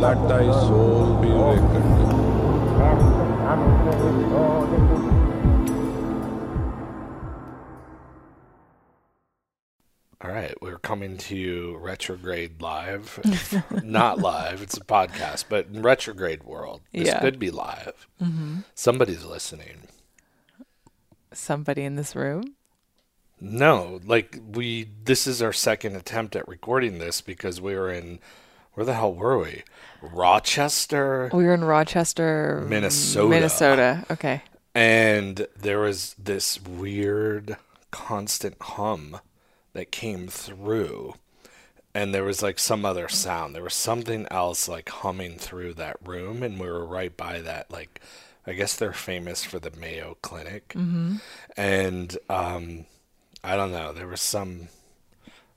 Let thy soul be reckoned. All right, we're coming to you retrograde live. Not live, it's a podcast, but in retrograde world, this Yeah. could be live. Somebody's listening. Somebody in this room? No, like we this is our second attempt at recording this because we were in where the hell were we? Rochester We were in Rochester, Minnesota. Minnesota. Okay. and there was this weird constant hum that came through and there was like some other sound. There was something else like humming through that room and we were right by that like I guess they're famous for the Mayo Clinic. Mm-hmm. And um I don't know, there was some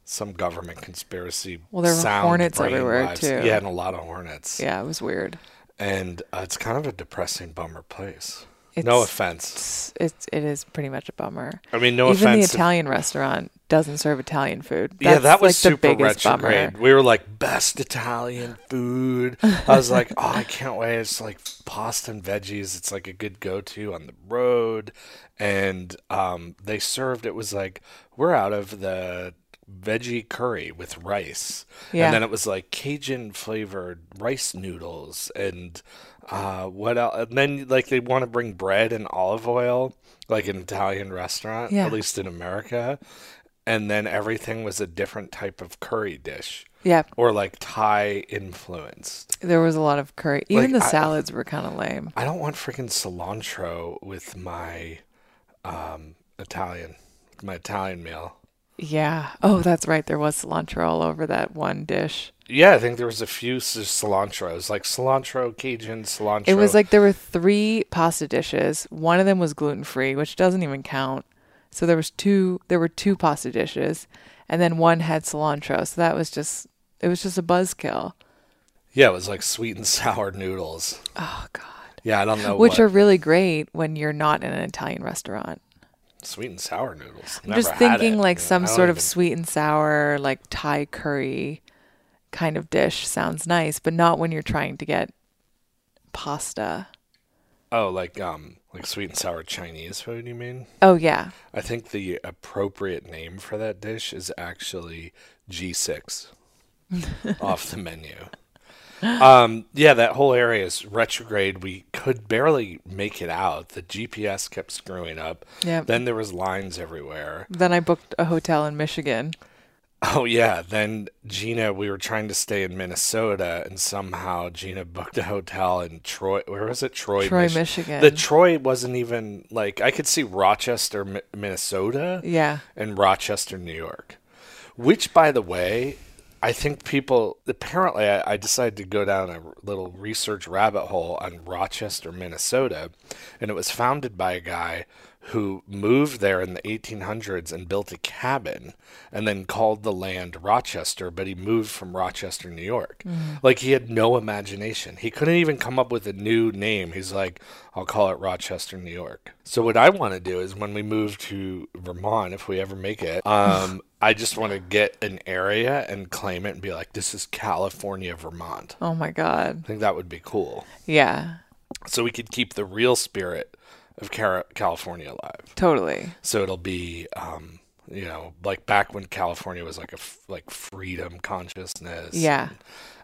some government conspiracy. Well, there were sound hornets brain everywhere, waves. too. Yeah, and a lot of hornets. Yeah, it was weird. And uh, it's kind of a depressing bummer place. no It's- offense. It's, it's it is pretty much a bummer. I mean, no Even offense. the if- Italian restaurant doesn't serve Italian food. yeah, that was like super the biggest retrograde. bummer. We were like best Italian food. I was like, oh, I can't wait. It's like pasta and veggies. It's like a good go-to on the road. And um, they served. It was like we're out of the veggie curry with rice. Yeah. And then it was like Cajun flavored rice noodles and uh, what else? And then like they want to bring bread and olive oil, like an Italian restaurant, Yeah. at least in America. And then everything was a different type of curry dish Yeah, or like Thai influenced. there was a lot of curry. Even Like, the I- salads were kind of lame. I don't want freaking cilantro with my um, Italian, with my Italian meal. Yeah. Oh, that's right. There was cilantro all over that one dish. Yeah, I think there was a few s- cilantros, like cilantro, Cajun, cilantro. It was like there were three pasta dishes. One of them was gluten free, which doesn't even count. So there was two. There were two pasta dishes, and then one had cilantro. So that was just. It was just a buzzkill. Yeah, it was like sweet and sour noodles. Oh God. Yeah, I don't know Which what are really great when you're not in an Italian restaurant. sweet and sour noodles. I'm just thinking like some sort of sweet and sour, like Thai curry kind of dish sounds nice, but not when you're trying to get pasta. oh, like um, like sweet and sour Chinese food. You mean? Oh yeah. I think the appropriate name for that dish is actually G6 off the menu. Um, yeah, that whole area is retrograde. We could barely make it out. The GPS kept screwing up. Yep. Then there was lines everywhere. Then I booked a hotel in Michigan. Oh yeah, then Gina, we were trying to stay in Minnesota, and somehow Gina booked a hotel in Troy. Where was it? Troy, Troy, Mich- Michigan. The Troy wasn't even like I could see Rochester, Mi- Minnesota, Yeah. and Rochester, New York. Which, by the way, I think people apparently I, I decided to go down a r- little research rabbit hole on Rochester, Minnesota, and it was founded by a guy who moved there in the 1800s and built a cabin and then called the land Rochester, but he moved from Rochester, New York. Like he had no imagination. He couldn't even come up with a new name. He's like, I'll call it Rochester, New York. So what I want to do is when we move to Vermont, if we ever make it, um, I just want to get an area and claim it and be like, this is California, Vermont. Oh my god. I think that would be cool. Yeah. So we could keep the real spirit of Cara- California alive. Totally. So it'll be, um, you know, like back when California was like a f- like freedom consciousness, Yeah.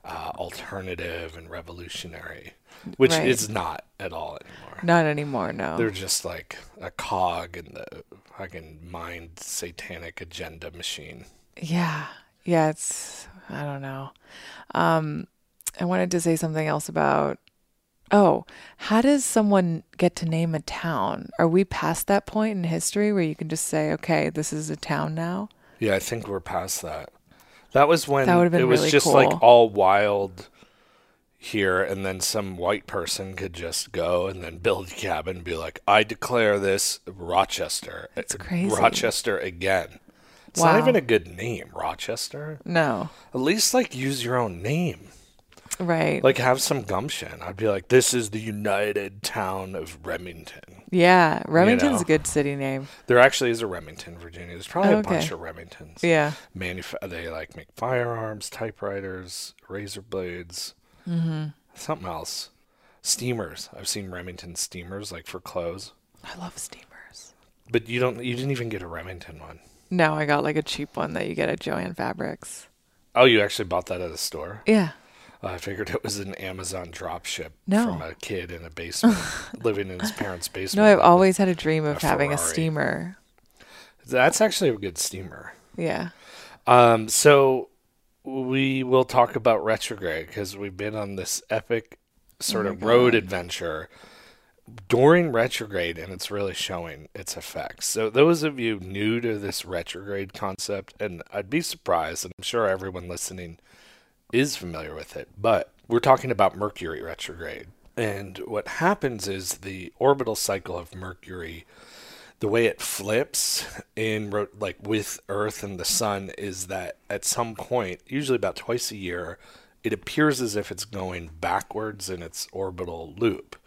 uh, alternative and revolutionary, which Right. is not at all anymore. Not anymore, no. They're just like a cog in the fucking mind satanic agenda machine. Yeah. Yeah, it's I don't know. Um I wanted to say something else about Oh, how does someone get to name a town? Are we past that point in history where you can just say, "Okay, this is a town now?" Yeah, I think we're past that. That was when That would've been it was really just like cool. all wild here, and then some white person could just go and then build a cabin and be like, I declare this Rochester. It's crazy. Rochester again. It's not Wow. even a good name, Rochester. No. At least like use your own name. Right. Like have some gumption. I'd be like, this is the United Town of Remington. yeah. Remington's know. a good city name. There actually is a Remington, Virginia. There's probably a Okay. bunch of Remingtons. Yeah. Manuf- they like make firearms, typewriters, razor blades, Mm-hmm. something else. Steamers. I've seen Remington steamers like for clothes, I love steamers. but you don't. You didn't even get a Remington one. No, I got like a cheap one that you get at Joann Fabrics. Oh, you actually bought that at a store? Yeah. I figured it was an Amazon dropship No. from a kid in a basement, living in his parents' basement. No, I've always had a dream of having a Ferrari. steamer. That's actually a good steamer. Yeah. Um, so we will talk about retrograde because we've been on this epic sort of road adventure during retrograde, and it's really showing its effects. So those of you new to this retrograde concept, and I'd be surprised, and I'm sure everyone listening is familiar with it, but we're talking about Mercury retrograde. And what happens is the orbital cycle of Mercury the way it flips in ro- like with earth and the sun is that at some point usually about twice a year it appears as if it's going backwards in its orbital loop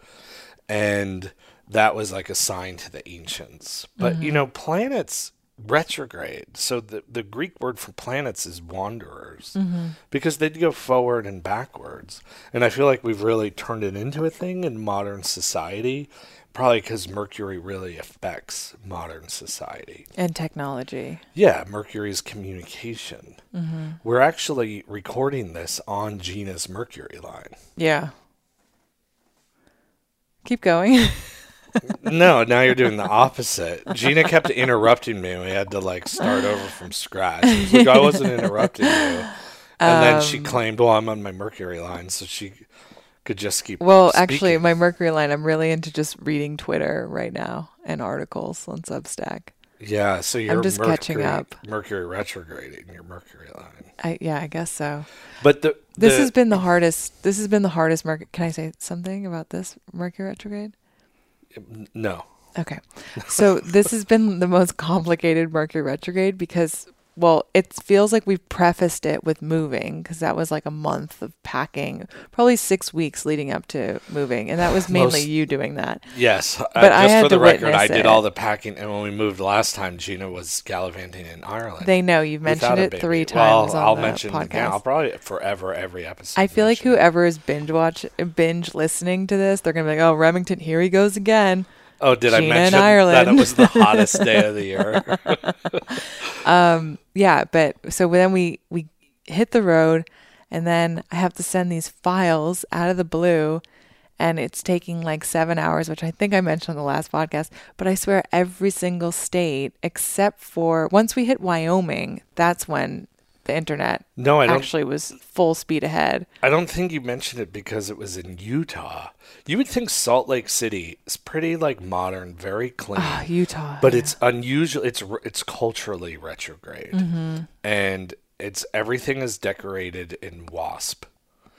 and that was like a sign to the ancients but you know planets retrograde so the, the greek word for planets is wanderers because they'd go forward and backwards and i feel like we've really turned it into a thing in modern society probably because mercury really affects modern society And technology. yeah mercury's communication we're actually recording this on gina's mercury line Yeah. Keep going. no now you're doing the opposite gina kept interrupting me and we had to like start over from scratch I was like i wasn't interrupting you and then she Um, claimed well i'm on my mercury line so she could just keep well, actually, speaking. my Mercury line, I'm really into just reading Twitter right now and articles on Substack. yeah so you're just mercury, catching up. mercury retrograding your mercury line I yeah, I guess so. but the This the- has been the hardest. This has been the hardest Mercury. Can I say something about this Mercury retrograde? no Okay. So this has been the most complicated Mercury retrograde because well, it feels like we've prefaced it with moving because that was like a month of packing, probably six weeks leading up to moving, and that was mainly Most- you doing that. Yes, But uh, I just had for the to record, I witness did it. all the packing, and when we moved last time, Gina was gallivanting in Ireland. They know you've without mentioned a it baby. three Well, times on I'll the mention it podcast. again. I'll probably forever every episode. I feel like mention it. whoever is binge watch binge listening to this, they're gonna be like, "Oh, Remington, here he goes again." Oh, did I Gina in mention that it Ireland. was the hottest day of the year? yeah but so then we we hit the road and then i have to send these files out of the blue and it's taking like seven hours which i think i mentioned on the last podcast but i swear every single state except for once we hit wyoming that's when the internet No, I don't. actually was full speed ahead I don't think you mentioned it because it was in Utah. You would think Salt Lake City is pretty like modern, very clean. Ah, utah but it's unusual it's r- it's culturally retrograde Mm-hmm. and it's everything is decorated in wasp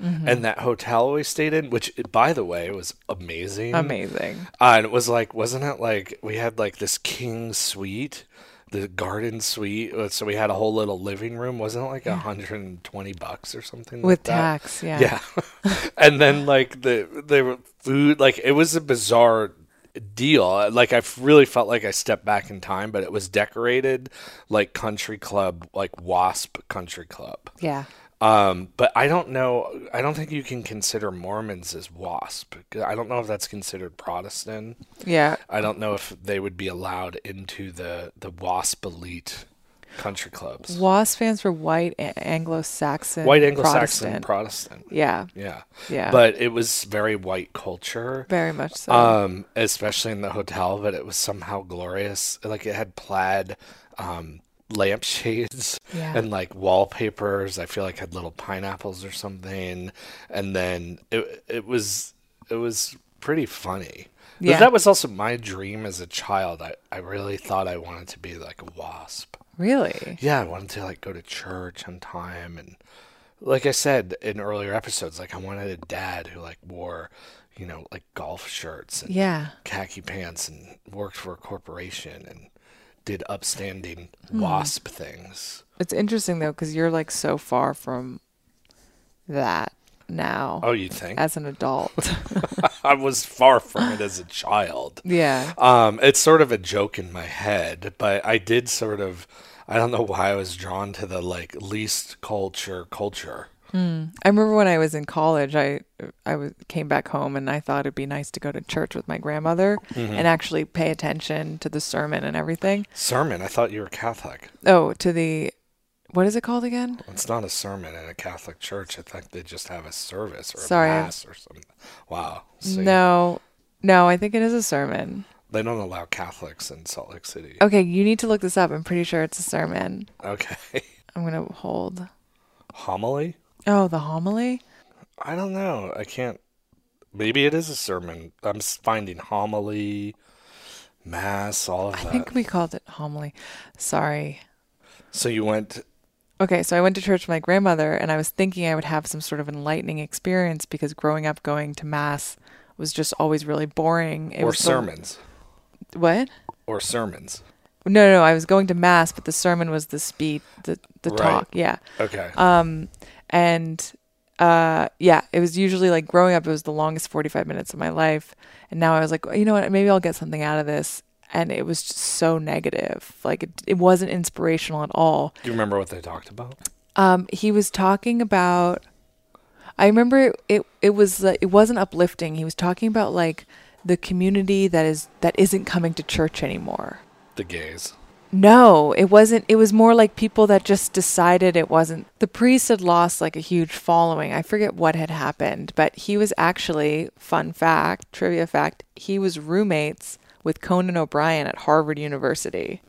Mm-hmm. and that hotel we stayed in which by the way was amazing amazing uh, and it was like wasn't it like we had like this king suite the garden suite uh, so we had a whole little living room wasn't it like a 120 bucks or something with like that? tax yeah Yeah. and then like the the food like it was a bizarre deal. Like I really felt like I stepped back in time, but it was decorated like country club, like wasp country club. yeah Um, but I don't know. I don't think you can consider Mormons as wasp. I don't know if that's considered Protestant. yeah I don't know if they would be allowed into the the wasp elite country clubs. wasp fans for white A- anglo-saxon White Anglo-Saxon Protestant. Protestant. yeah Yeah. yeah But it was very white culture. very much so Um, especially in the hotel, but it was somehow glorious. Like it had plaid um lampshades Yeah. and like wallpapers. I feel like had little pineapples or something. And then it it was it was pretty funny. But Yeah. That was also my dream as a child. I, I really thought I wanted to be like a wasp. really Yeah, I wanted to like go to church on time and like I said in earlier episodes, like I wanted a dad who like wore, you know, like golf shirts and Yeah. khaki pants and worked for a corporation and did upstanding wasp things. It's interesting though cuz you're like so far from that. now Oh, you think? as an adult. I was far from it as a child. yeah. Um, it's sort of a joke in my head, but I did sort of. I don't know why I was drawn to the like least culture culture. I remember when I was in college, I I was, came back home and I thought it'd be nice to go to church with my grandmother and actually pay attention to the sermon and everything. Sermon. I thought you were Catholic. Oh, to the what is it called again? It's not a sermon in a Catholic church. I think they just have a service or a Sorry. mass or something. Wow. See, No. No, I think it is a sermon. They don't allow Catholics in Salt Lake City. Okay, you need to look this up. I'm pretty sure it's a sermon. Okay. I'm going to hold. Homily? Oh, the homily? I don't know. I can't. Maybe it is a sermon. I'm s- finding homily, mass, all of I that. think we called it homily. Sorry. So you went. Okay, so I went to church with my grandmother, and I was thinking I would have some sort of enlightening experience because growing up, going to mass was just always really boring. It Or was the- sermons. what? Or sermons. No, no, I was going to mass, but the sermon was the speech, the the Right. talk. Yeah, Um, Okay. Uh, and uh, yeah, it was usually like growing up, it was the longest forty five minutes of my life, and now I was like, you know what? Maybe I'll get something out of this. And it was just so negative. Like it, it wasn't inspirational at all. Do you remember what they talked about? um he was talking about i remember it it, it was like, it wasn't uplifting he was talking about like the community that is that isn't coming to church anymore The gays. no it wasn't it was more like people that just decided it wasn't the priest had lost like a huge following i forget what had happened but he was actually fun fact trivia fact he was roommates with conan o'brien at harvard university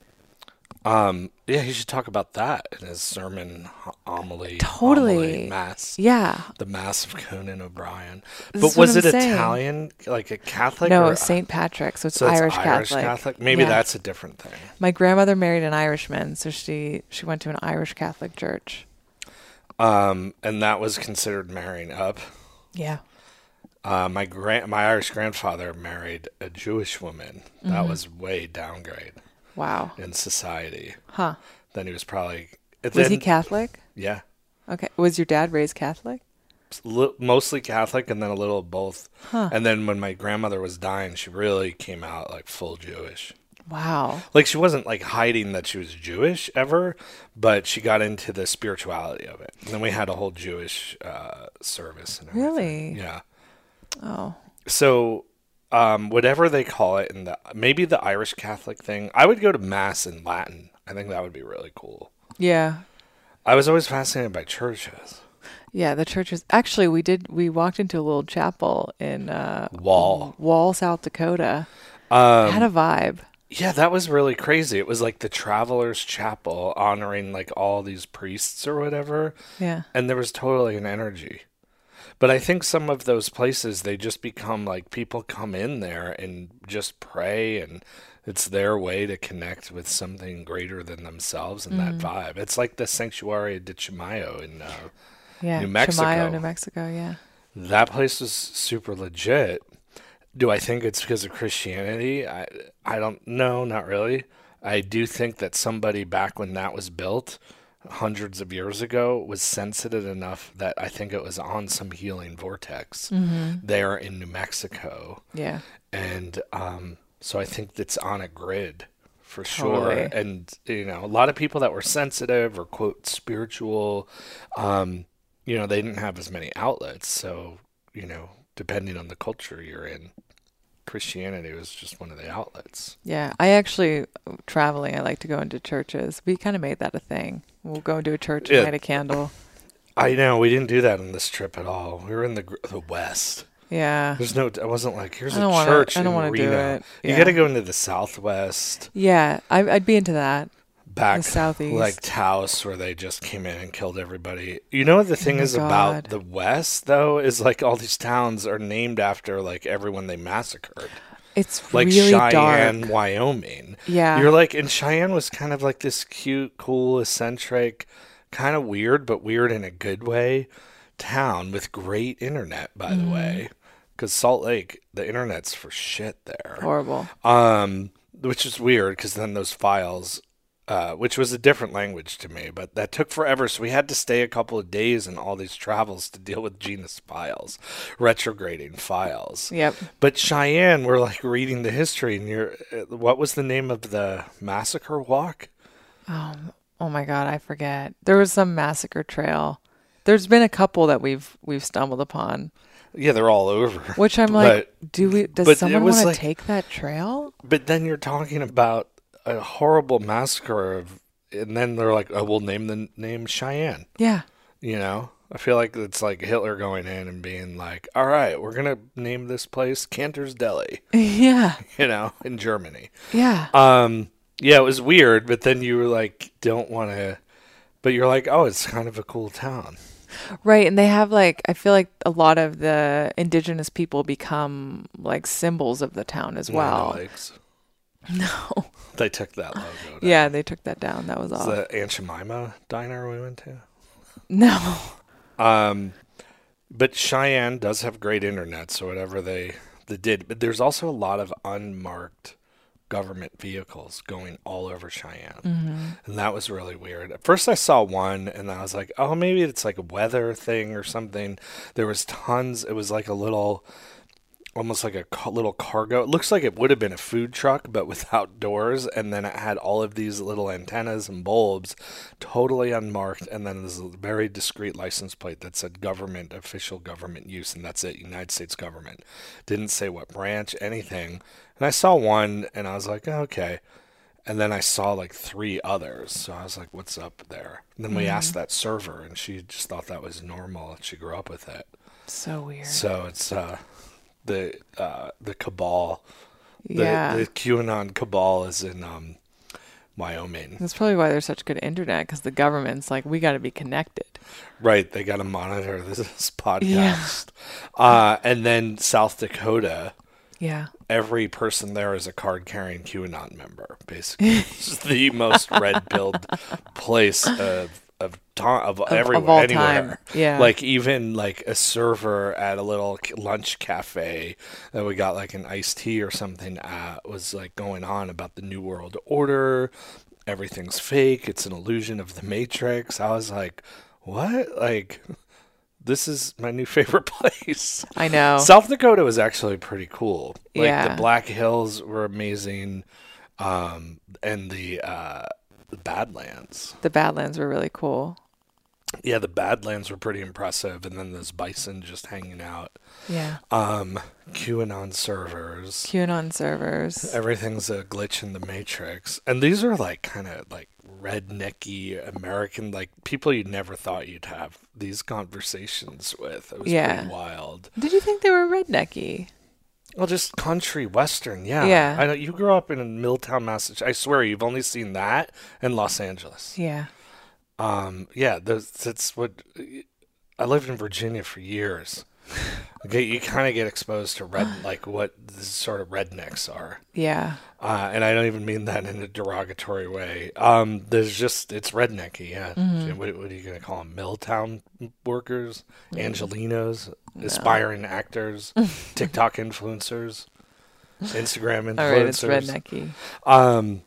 Um. Yeah, he should talk about that in his sermon ho- homily. Totally. homily, mass. yeah The Mass of Conan O'Brien. This But is what was I'm it saying. Italian, like a Catholic? no or, st patrick so it's, so it's irish, catholic, Maybe Yeah. that's a different thing. My grandmother married an Irishman, so she she went to an Irish Catholic church. Um, and that was considered marrying up. Yeah. Uh, my grand, my Irish grandfather married a Jewish woman. Mm-hmm. That was way downgrade Wow. in society. Huh. Then he was probably. Was then, he Catholic? Yeah, Okay. Was your dad raised Catholic? li- mostly Catholic, and then a little of both. And then when my grandmother was dying, she really came out like full Jewish. Wow. Like she wasn't like hiding that she was Jewish ever, but she got into the spirituality of it. And then we had a whole Jewish uh, service. And everything. Really? Yeah. Oh. so um, whatever they call it in the maybe the irish catholic thing i would go to mass in latin i think that would be really cool Yeah. i was always fascinated by churches Yeah, the church is actually we did we walked into a little chapel in uh Wall. Wall, South Dakota. um, Had a vibe. yeah that was really crazy it was like the travelers chapel honoring like all these priests or whatever Yeah. and there was totally an energy but i think some of those places they just become like people come in there and just pray and it's their way to connect with something greater than themselves and that vibe it's like the sanctuary de chimayo in uh, Yeah. New Mexico. Chamayo, New Mexico, yeah. that place was super legit do i think it's because of christianity i i don't know not really i do think that somebody back when that was built hundreds of years ago was sensitive enough that i think it was on some healing vortex there in new mexico Yeah. and um, so I think it's on a grid for Totally. sure. And you know, a lot of people that were sensitive or quote spiritual, um, you know, they didn't have as many outlets. So you know, depending on the culture you're in, Christianity was just one of the outlets. Yeah, I actually traveling. I like to go into churches. We kind of made that a thing. We'll go into a church and Yeah. light a candle. I know we didn't do that on this trip at all. We were in the gr- the West. Yeah. There's no. I wasn't like here's I don't a wanna- church I don't wanna in do Reno. it. You Yeah. got to go into the Southwest. Yeah, I, I'd be into that. back The southeast. like Taos where they just came in and killed everybody. You know what the thing Oh my is God. about the West though is like all these towns are named after like everyone they massacred. It's Like really Cheyenne, dark. Wyoming. Yeah. You're like and Cheyenne was kind of like this cute, cool, eccentric, kind of weird but weird in a good way town with great internet by Mm-hmm. the way. Cuz Salt Lake, the internet's for shit there Horrible. um, which is weird because then those files uh, which was a different language to me, but that took forever. So we had to stay a couple of days in all these travels to deal with genus files, retrograding files. Yep. But Cheyenne, we're like reading the history, and you're, uh, what was the name of the massacre walk? Oh my God, I forget. There was some massacre trail. There's been a couple that we've we've stumbled upon, Yeah, they're all over. which I'm like, do we? but Does it someone was want to like- take that trail? but, but then you're talking about a horrible massacre of, and then they're like, oh, we'll name the n- name Cheyenne. Yeah, You know, I feel like it's like Hitler going in and being like, "All right, we're gonna name this place Cantor's Deli," yeah, you know, in Germany. yeah. Um, yeah, it was weird, but then you were like, "Don't want to," but you're like, "Oh, it's kind of a cool town." Right, and they have like I feel like a lot of the indigenous people become like symbols of the town as One of the well. lakes. No, they took that logo. Down. Yeah, they took that down. That was It's all. the Aunt Jemima diner we went to. No. Um, but Cheyenne does have great internet, so whatever they they did. But there's also a lot of unmarked government vehicles going all over Cheyenne, and that was really weird. At first, I saw one, and I was like, "Oh, maybe it's like a weather thing or something." There was tons. It was like a little. Almost like a ca- little cargo. It looks like it would have been a food truck, but without doors. And then it had all of these little antennas and bulbs, totally unmarked. And then there's a very discreet license plate that said government, official government use. And that's it, United States government. Didn't say what branch, anything. And I saw one and I was like, "Oh, okay. And then I saw like three others. So I was like, what's up there? And then we asked that server, and she just thought that was normal. and She grew up with it. So weird. So it's uh, the uh, the cabal, the, yeah. the QAnon cabal is in um, Wyoming, That's probably why there's such good internet because the government's like, we got to be connected. right? They got to monitor this, podcast, uh, and then South Dakota. Yeah. Every person there is a card carrying QAnon member, basically. it's the most red pilled place of of to- of, everywhere, all anywhere. time. Yeah. like even like a server at a little c- lunch cafe that we got like an iced tea or something at was like going on about the new world order everything's fake it's an illusion of the matrix i was like what like this is my new favorite place I know. south dakota was actually pretty cool like Oh. Yeah. the black hills were amazing um and the uh the badlands the Badlands were really cool. yeah, the Badlands were pretty impressive, and then those bison just hanging out. Yeah. Um, QAnon servers, QAnon servers. everything's a glitch in the matrix, and these are like kind of like rednecky American, like people you never thought you'd have these conversations with. It was Yeah. pretty wild. Did you think they were rednecky? Well, just country western, yeah. Yeah. I know you grew up in Milltown, Massachusetts. I swear you've only seen that and Los Angeles. Yeah. Um, yeah, those, that's what I lived in Virginia for years. Okay, you kind of get exposed to red, like what this sort of rednecks are, Yeah. uh, and I don't even mean that in a derogatory way. Um, there's just it's rednecky. Yeah, Mm-hmm. what, what are you gonna call them? Milltown workers, Angelinos, aspiring actors, TikTok influencers, Instagram influencers. All right. It's rednecky. Um,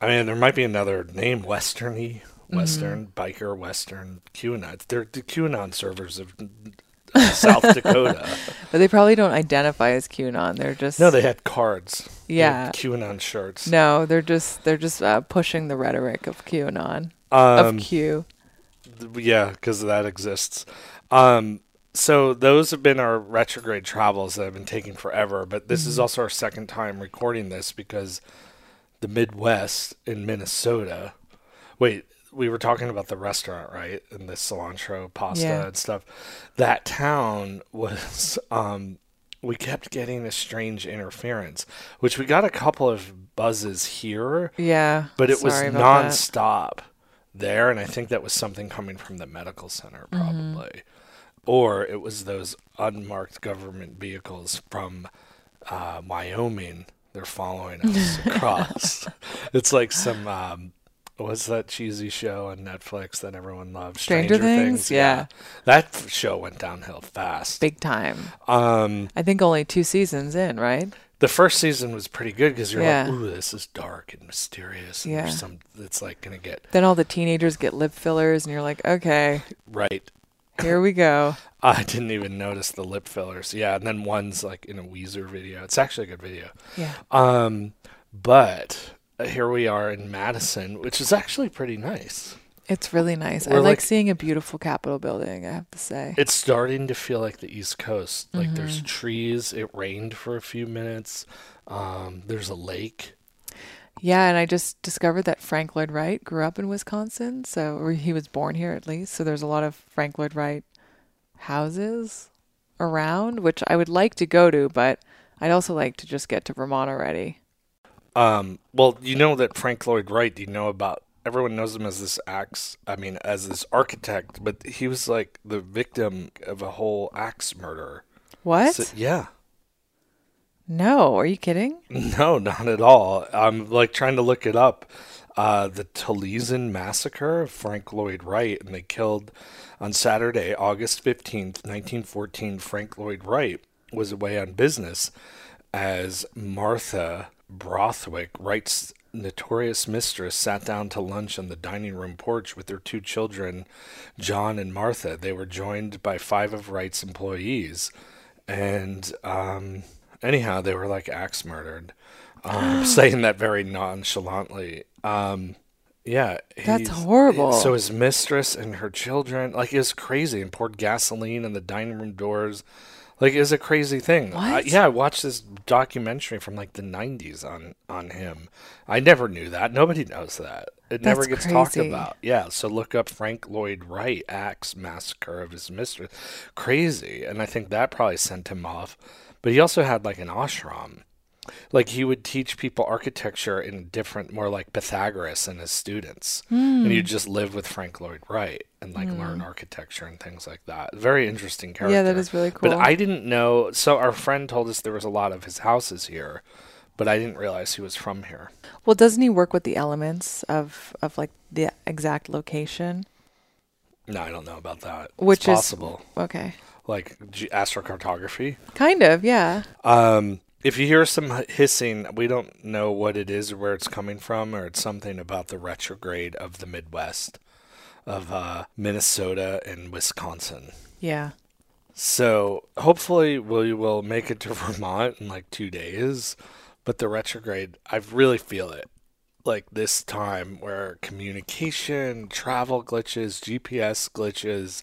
I mean, there might be another name, Westerny, Mm-hmm. Western biker, Western QAnon. They're the QAnon servers of uh, South Dakota. But they probably don't identify as QAnon. They're just No, they had cards. They Yeah. had QAnon shirts. No, they're just they're just uh, pushing the rhetoric of QAnon um, of Q. th- yeah, because that exists. Um, so those have been our retrograde travels that have been taking forever. But this is also our second time recording this because the Midwest in Minnesota. Wait, we were talking about the restaurant, right? And the cilantro pasta Yeah. and stuff. That town was. Um, we kept getting a strange interference, which we got a couple of buzzes here Yeah. but it sorry was about that. nonstop there, and I think that was something coming from the medical center, Mm-hmm. probably, or it was those unmarked government vehicles from uh, Wyoming. They're following us across. it's like some um, what's that cheesy show on Netflix that everyone loves? Stranger Things? Yeah. that f- show went downhill fast. Big time. Um, I think only two seasons in, right? the first season was pretty good because you're Yeah. like, ooh, this is dark and mysterious. And Yeah. There's some that's like gonna get Then all the teenagers get lip fillers, and you're like, okay, right. here we go. I didn't even notice the lip fillers. Yeah, and then one's like in a Weezer video. It's actually a good video. Yeah. Um, but here we are in Madison, which is actually pretty nice. It's really nice. I We're like, like- seeing a beautiful Capitol building, I have to say. It's starting to feel like the East Coast. Like there's trees. It rained for a few minutes. Um, there's a lake. yeah, and I just discovered that Frank Lloyd Wright grew up in Wisconsin, so or he was born here at least. So there's a lot of Frank Lloyd Wright houses around, which I would like to go to, but I'd also like to just get to Vermont already. Um, well, you know that Frank Lloyd Wright. You know about everyone knows him as this axe. I mean, as this architect, but he was like the victim of a whole axe murder. What? So- yeah. no, are you kidding? No, not at all. I'm like trying to look it up. Uh, the Taliesin massacre of Frank Lloyd Wright, and they killed on Saturday, August 15th, 1914. Frank Lloyd Wright was away on business as Martha Brothwick, Wright's notorious mistress, sat down to lunch on the dining room porch with their two children, John and Martha. They were joined by five of Wright's employees and um, anyhow, they were like axe murdered, um, saying that very nonchalantly. Um, yeah, That's he's- horrible. So his mistress and her children, like, it was crazy, and poured gasoline in the dining room doors. Like, it was a crazy thing. I- What? yeah, I watched this documentary from like the '90s on on him. I never knew that. Nobody knows that. It never That's gets talked crazy. about. Yeah, so look up Frank Lloyd Wright axe massacre of his mistress. Crazy. And I think that probably sent him off. But he also had like an ashram. Like he would teach people architecture in different, more like Pythagoras and his students. Hmm. And you just live with Frank Lloyd Wright and like learn architecture and things like that. Very interesting character. Yeah, that is really cool. But I didn't know. So our friend told us there was a lot of his houses here, but I didn't realize he was from here. Well, doesn't he work with the elements of of like the exact location? No, I don't know about that. Which it's is- possible. Okay. like ge- astrocartography. Kind of, yeah. Um, if you hear some h- hissing, we don't know what it is or where it's coming from, or it's something about the retrograde of the Midwest, of uh, Minnesota and Wisconsin. Yeah. So hopefully we will make it to Vermont in like two days. But the retrograde, I really feel it. Like this time where communication, travel glitches, GPS glitches,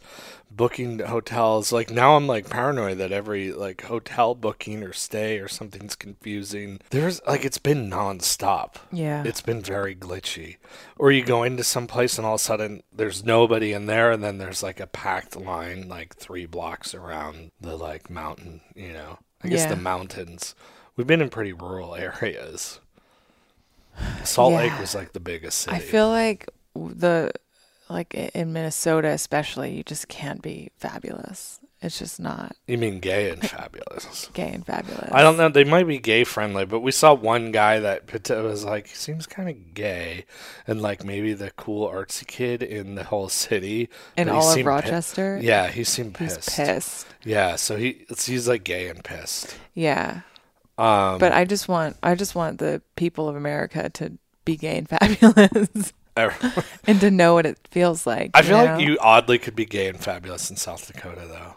booking hotels. Like now I'm like paranoid that every like hotel booking or stay or something's confusing. There's like it's been nonstop. Yeah. It's been very glitchy. Or you go into some place and all of a sudden there's nobody in there and then there's like a packed line like three blocks around the like mountain, you know. I guess Yeah. the mountains. We've been in pretty rural areas. Salt Yeah. Lake was like the biggest city. I feel like w- the like i- in Minnesota especially, you just can't be fabulous. It's just not you mean gay and fabulous. gay and fabulous. I don't know. They might be gay friendly, but we saw one guy that put- was like, he seems kind of gay, and like maybe the cool artsy kid in the whole city. but in he all of seemed pi- Rochester. yeah, he seemed He's pissed. pissed. Yeah, so he it's- he's like gay and pissed. Yeah. Um, But I just want I just want the people of America to be gay and fabulous I and to know what it feels like. feel know? like you oddly could be gay and fabulous in South Dakota, though.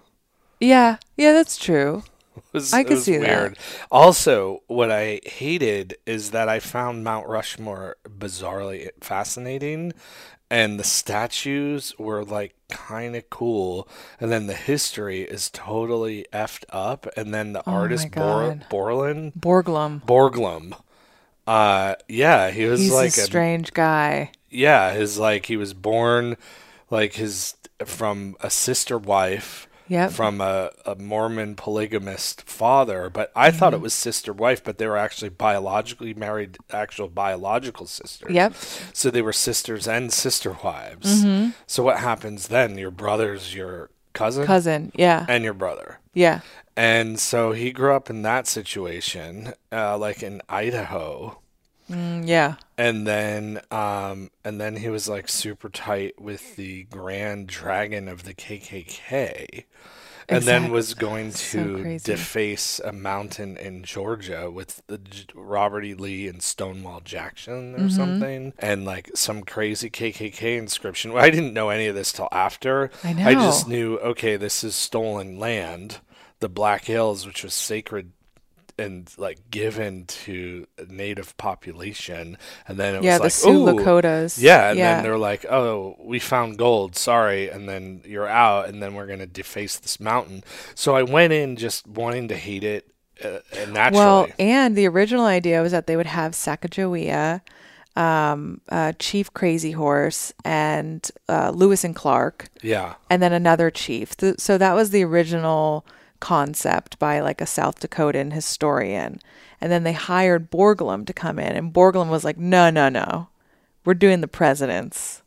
Yeah. Yeah, that's true. It was, I it could was see that. weird. Also, what I hated is that I found Mount Rushmore bizarrely fascinating, and the statues were like kind of cool, and then the history is totally effed up, and then the artist Bor- Oh God. Borland Borglum. Borglum. Uh, yeah, he was He's like a strange guy. yeah, his like he was born like his from a sister wife Yep. from a, a Mormon polygamist father, but I thought Mm-hmm. it was sister wife, but they were actually biologically married actual biological sisters. Yep. Mm-hmm. So they were sisters and sister wives. So what happens then? Your brother's your cousin Cousin. Yeah. and your brother. Yeah. And so he grew up in that situation, uh, like in Idaho Mm, yeah. and then um and then he was like super tight with the grand dragon of the KKK and then Exact- was going so to crazy. deface a mountain in Georgia with the J- Robert E. Lee and Stonewall Jackson or Mm-hmm. something, and like some crazy KKK inscription. Well, I didn't know any of this till after. I I just know. knew okay, this is stolen land, the Black Hills, which was sacred and like given to a native population, and then it Yeah, the was Sioux like, "Ooh, Lakotas. yeah, and yeah. then they're like, "Oh, we found gold. Sorry." And then you're out, and then we're gonna deface this mountain. So I went in just wanting to hate it, uh, and naturally, Well, and the original idea was that they would have Sacagawea, um, uh, Chief Crazy Horse, and uh, Lewis and Clark, yeah, and then another chief. Th- so that was the original concept by like a South Dakotan historian. And then they hired Borglum to come in, and Borglum was like, "No, no, no, we're doing the presidents."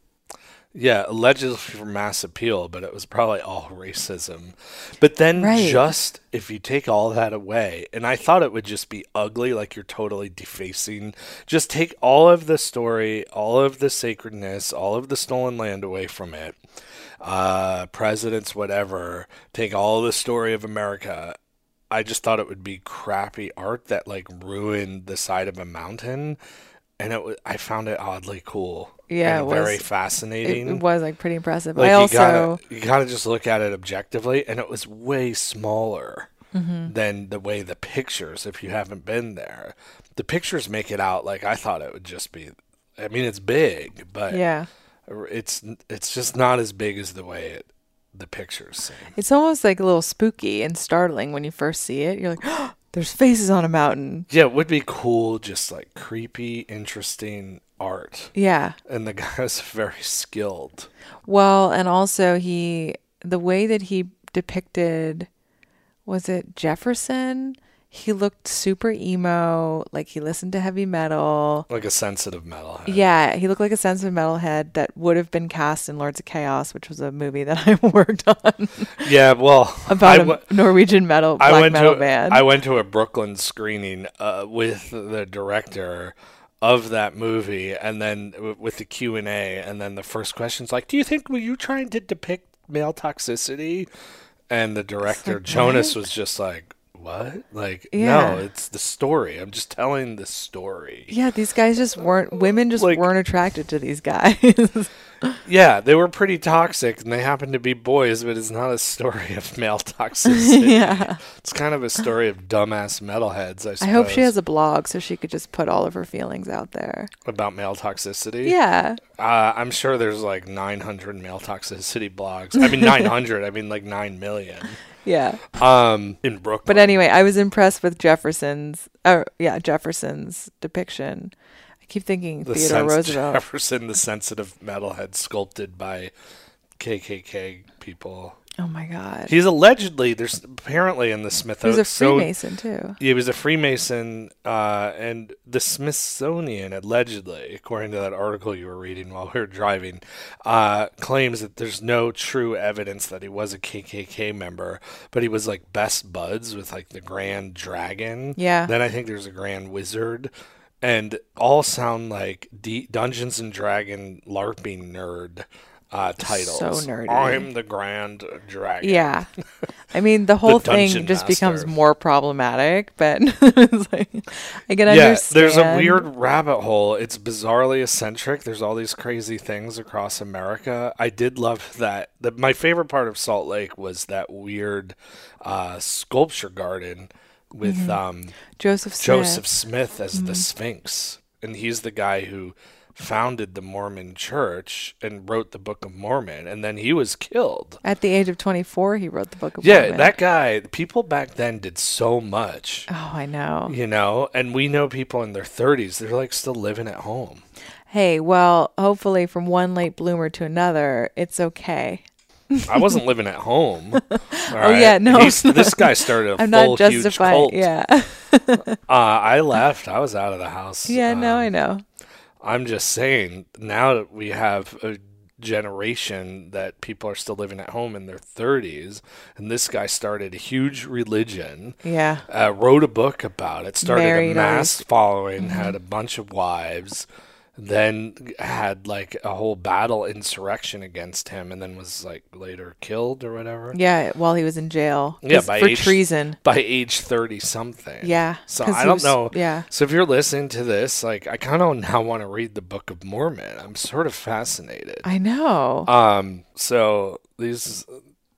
yeah, allegedly for mass appeal, but it was probably all racism. But then, Right. just if you take all that away, and I thought it would just be ugly, like you're totally defacing. Just take all of the story, all of the sacredness, all of the stolen land away from it. uh, presidents, whatever, take all the story of America. I just thought it would be crappy art that like ruined the side of a mountain, and it wa- I found it oddly cool. Yeah, and it was- very It, fascinating. it was like pretty impressive. like I you also gotta you gotta just look at it objectively, and it was way smaller Mm-hmm. than the way the pictures. If you haven't been there, the pictures make it out like I thought it would just be. I mean, it's big, but yeah. it's it's just not as big as the way it the pictures seem. It's almost like a little spooky and startling when you first see it. You're like, oh, there's faces on a mountain. Yeah, it would be cool, just like creepy, interesting art. Yeah. And the guy was very skilled. Well, and also he, the way that he depicted, was it Jefferson? He looked super emo, like he listened to heavy metal. Like a sensitive metalhead. Yeah, he looked like a sensitive metalhead that would have been cast in Lords of Chaos, which was a movie that I worked on Yeah, well about I a wa- Norwegian metal I black went metal to band. I went to a Brooklyn screening uh, with the director of that movie, and then w- with the Q and A, and then the first question's like, "Do you think were you trying to depict male toxicity?" And the director Jonas was just like, "What? Like, Yeah. no, it's the story. I'm just telling the story." yeah, these guys just weren't women just Like- weren't attracted to these guys. Yeah, they were pretty toxic, and they happen to be boys, but it's not a story of male toxicity. Yeah. it's kind of a story of dumbass metalheads. I, suppose, I hope she has a blog so she could just put all of her feelings out there. about male toxicity. Yeah. Uh, I'm sure there's like 900 male toxicity blogs. I mean, 900. I mean, like 9 million. Yeah. Um, in Brooklyn. But anyway, I was impressed with Jefferson's oh yeah, Jefferson's depiction. I keep thinking the Theodore sens- Roosevelt. Jefferson, the sensitive metalhead, sculpted by KKK people. oh my god. He He's allegedly there's apparently in the Smithsonian. was a Freemason too. he was a Freemason, uh, and the Smithsonian allegedly, according to that article you were reading while we were driving, uh, claims that there's no true evidence that he was a KKK member, but he was like best buds with like the Grand Dragon. Yeah. Then I think there's a Grand Wizard, and all sound like D- Dungeons and Dragon LARPing nerd. Uh, titles. nerdy. I'm the Grand Dragon. Yeah. I mean, the whole thing dungeon just becomes master. more problematic, but it's like, I can understand. there's a weird rabbit hole. It's bizarrely eccentric. There's all these crazy things across America. I did love that. The, my favorite part of Salt Lake was that weird uh, sculpture garden with um, Joseph Smith. Joseph Smith as the Sphinx, and he's the guy who founded the Mormon Church and wrote the Book of Mormon, and then he was killed. At the age of 24, he wrote the Book of Yeah, Mormon. that guy. People back then did so much. Oh, I know. You know, and we know people in their 30s, they're like still living at home. Hey, well, hopefully from one late bloomer to another, it's okay. I wasn't living at home. oh yeah, no. this guy started a I'm full not justifying. huge cult. Yeah. Uh, I left. I was out of the house. yeah, no, Um, I know. I'm just saying. Now that we have a generation that people are still living at home in their 30s, and this guy started a huge religion. Yeah. uh, wrote a book about it, started Married a all mass following, had a bunch of wives, then had like a whole battle insurrection against him and then was like later killed or whatever Yeah, while he was in jail. Yeah, 'Cause- by for age- treason. by age 30 something Yeah, so 'cause i he don't was- know yeah. so if you're listening to this like i kind of now want to read the book of mormon i'm sort of fascinated I know. um so these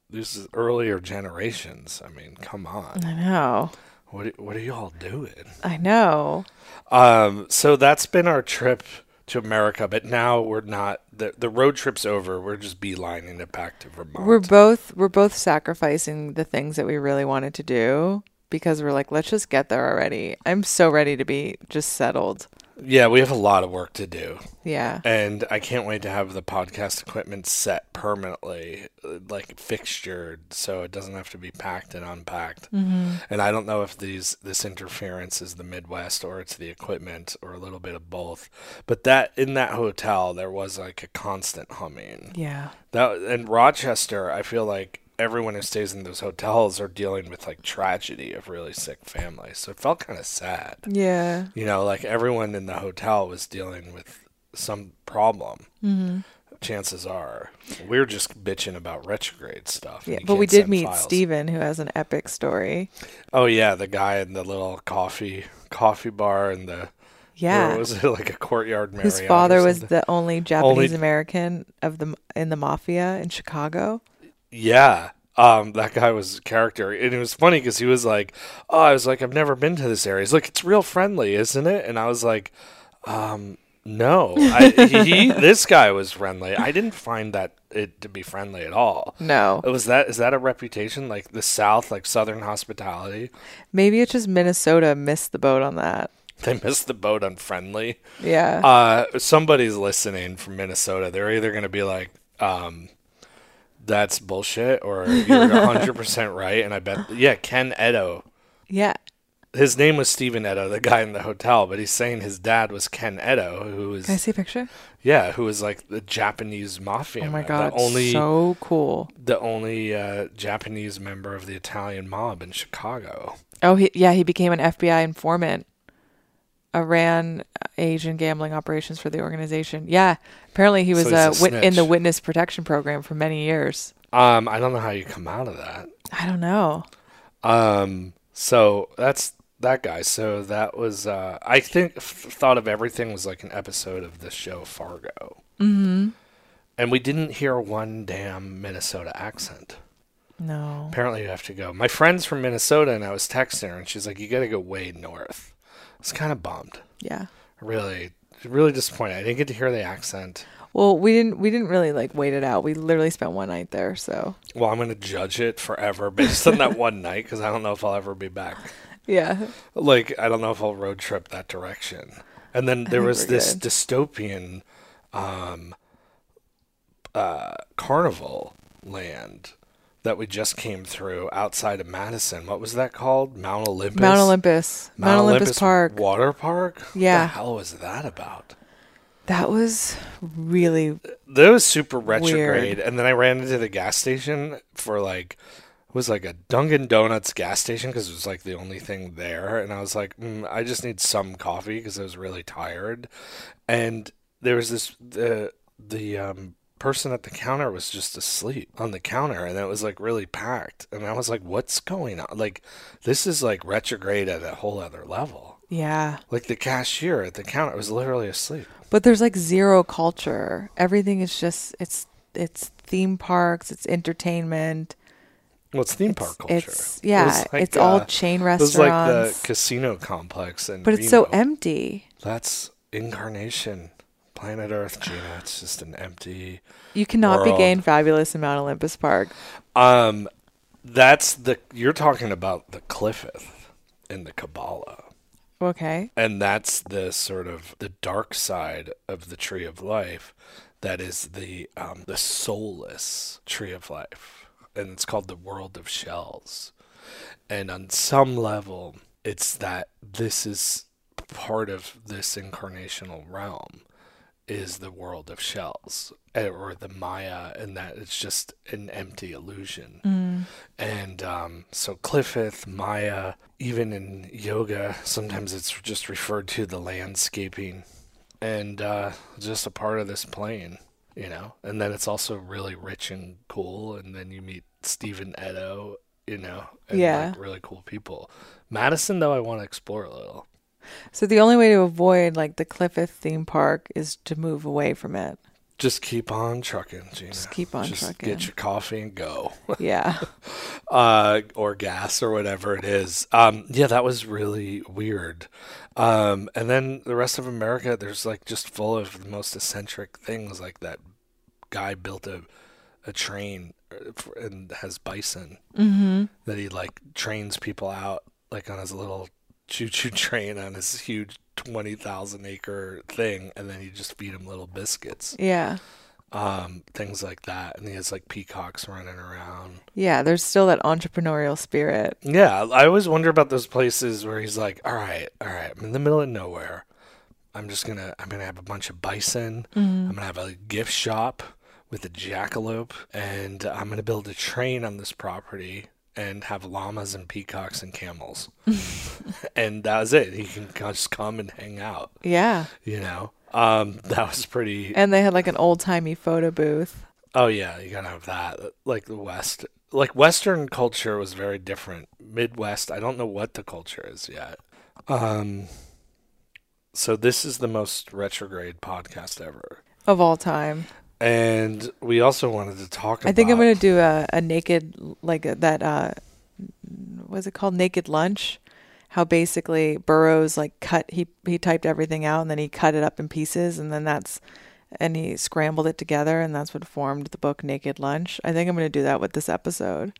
these earlier generations i mean come on I know. what are- what are y'all doing I know. um, so that's been our trip to America, but now we're not the the road trip's over. We're just beelining it back to Vermont. We're both we're both sacrificing the things that we really wanted to do because we're like, let's just get there already. I'm so ready to be just settled. yeah, we have a lot of work to do, Yeah. and I can't wait to have the podcast equipment set permanently, uh, like fixtured, so it doesn't have to be packed and unpacked. And I don't know if these this interference is the Midwest or it's the equipment or a little bit of both. But that in that hotel, there was like a constant humming. Yeah. That in Rochester, I feel like everyone who stays in those hotels are dealing with like tragedy of really sick families. So it felt kind of sad. Yeah. You know, like everyone in the hotel was dealing with some problem. Mm-hmm. Chances are, we're just bitching about retrograde stuff. and Yeah. you But we can't did send meet files. Steven who has an epic story. Oh yeah, the guy in the little coffee coffee bar and the Yeah. where was it like a courtyard Marriott? Whose or father was something? the only Japanese American of the in the mafia in Chicago. Yeah. Um, that guy was a character, and it was funny because he was like, "Oh, I was like, I've never been to this area. He's like, it's real friendly, isn't it?" And I was like, um, "No, I, he, this guy was friendly. I didn't find that it to be friendly at all. No. was that is that a reputation like the South, like Southern hospitality? Maybe it's just Minnesota missed the boat on that. They missed the boat on friendly. Yeah. Uh, somebody's listening from Minnesota. They're either going to be like, um, that's bullshit, or you're 100% right. And I bet, yeah, Ken Edo. yeah. His name was Steven Edo, the guy in the hotel, but he's saying his dad was Ken Edo, who Can I was, see a picture? yeah, who was like the Japanese mafia. Oh my man, god. The only, so cool. the only uh, Japanese member of the Italian mob in Chicago. Oh, he, yeah, he became an FBI informant. Uh, ran Asian gambling operations for the organization. Yeah, apparently he was he's a uh, wit- in the snitch. witness protection program for many years. Um, I don't know how you come out of that. I don't know. Um, so that's that guy. So that was uh I think f- thought of everything was like an episode of the show Fargo. Mm-hmm. And we didn't hear one damn Minnesota accent. No. Apparently you have to go. My friend's from Minnesota and I was texting her and she's like, You gotta go way north. I was kinda bummed. Yeah. Really really disappointed. I didn't get to hear the accent. Well, we didn't we didn't really like wait it out. We literally spent one night there, so Well, I'm gonna judge it forever based on that one night because I don't know if I'll ever be back. yeah. like I don't know if I'll road trip that direction. And then there think was we're this good. dystopian um uh carnival land that we just came through outside of Madison. What was that called? Mount Olympus. Mount Olympus. Mount, Olympus, Park. Water Park? What Yeah. the hell was that about? That was really That was super retrograde. And then I ran into the gas station for like it was like a Dunkin' Donuts gas station because it was like the only thing there. And I was like, mm, I just need some coffee because I was really tired. And there was this the the um, person at the counter was just asleep on the counter, and it was like really packed. And I was like, what's going on? Like this is like retrograde at a whole other level. yeah. Like the cashier at the counter was literally asleep. But there's like zero culture. Everything is just it's it's theme parks, it's entertainment. Well, it's theme It's- park culture. it's- yeah, it's uh, all chain It was like restaurants. the casino complex, and But it's so empty. empty. That's incarnation, planet Earth, Gina. It's just an empty. You cannot be gay World. and fabulous in Mount Olympus Park. Um, that's the you're talking about the Cliffith in the Kabbalah, Okay. and that's the sort of the dark side of the Tree of Life. That is the um, the soulless Tree of Life, and it's called the World of Shells. And on some level, it's that this is part of this incarnational realm is the world of shells eh, or the Maya, and that it's just an empty illusion. And um, so, Cliffith, Maya, even in yoga, sometimes it's just referred to the landscaping and uh, just a part of this plane, you know. And then it's also really rich and cool. And then you meet Stephen Edo, you know, and Yeah. like really cool people. Madison, though, I want to explore a little. So the only way to avoid like the Cliffith theme park is to move away from it. Just keep on trucking, Gina. Just keep on trucking. Get your coffee and go, Yeah. uh, or gas or whatever it is. Um, yeah, that was really weird. Um, and then the rest of America, there's like just full of the most eccentric things. Like that guy built a a train uh, f- and has bison Mm-hmm. that he like trains people out like on his little choo choo train on his huge twenty thousand acre thing, and then you just feed him little biscuits yeah. um, things like that. And he has like peacocks running around. Yeah, there's still that entrepreneurial spirit. Yeah, I always wonder about those places where he's like, "All right, all right, I'm in the middle of nowhere. I'm just gonna, I'm gonna have a bunch of bison. I'm gonna have a gift shop with a jackalope, and I'm gonna build a train on this property." And have llamas and peacocks and camels, and that was it. He can just come and hang out, Yeah. you know. Um, that was pretty And they had like an old timey photo booth. Oh yeah, you gotta have that. Like the West, like Western culture was very different. Midwest, I don't know what the culture is yet. Um, so this is the most retrograde podcast ever, Of all time, and we also wanted to talk. I think I'm about- gonna do a, a naked like a, that. Uh, was it called naked lunch? How basically Burroughs like cut he he typed everything out and then he cut it up in pieces and then that's and he scrambled it together and that's what formed the book Naked Lunch. I think I'm gonna do that with this episode.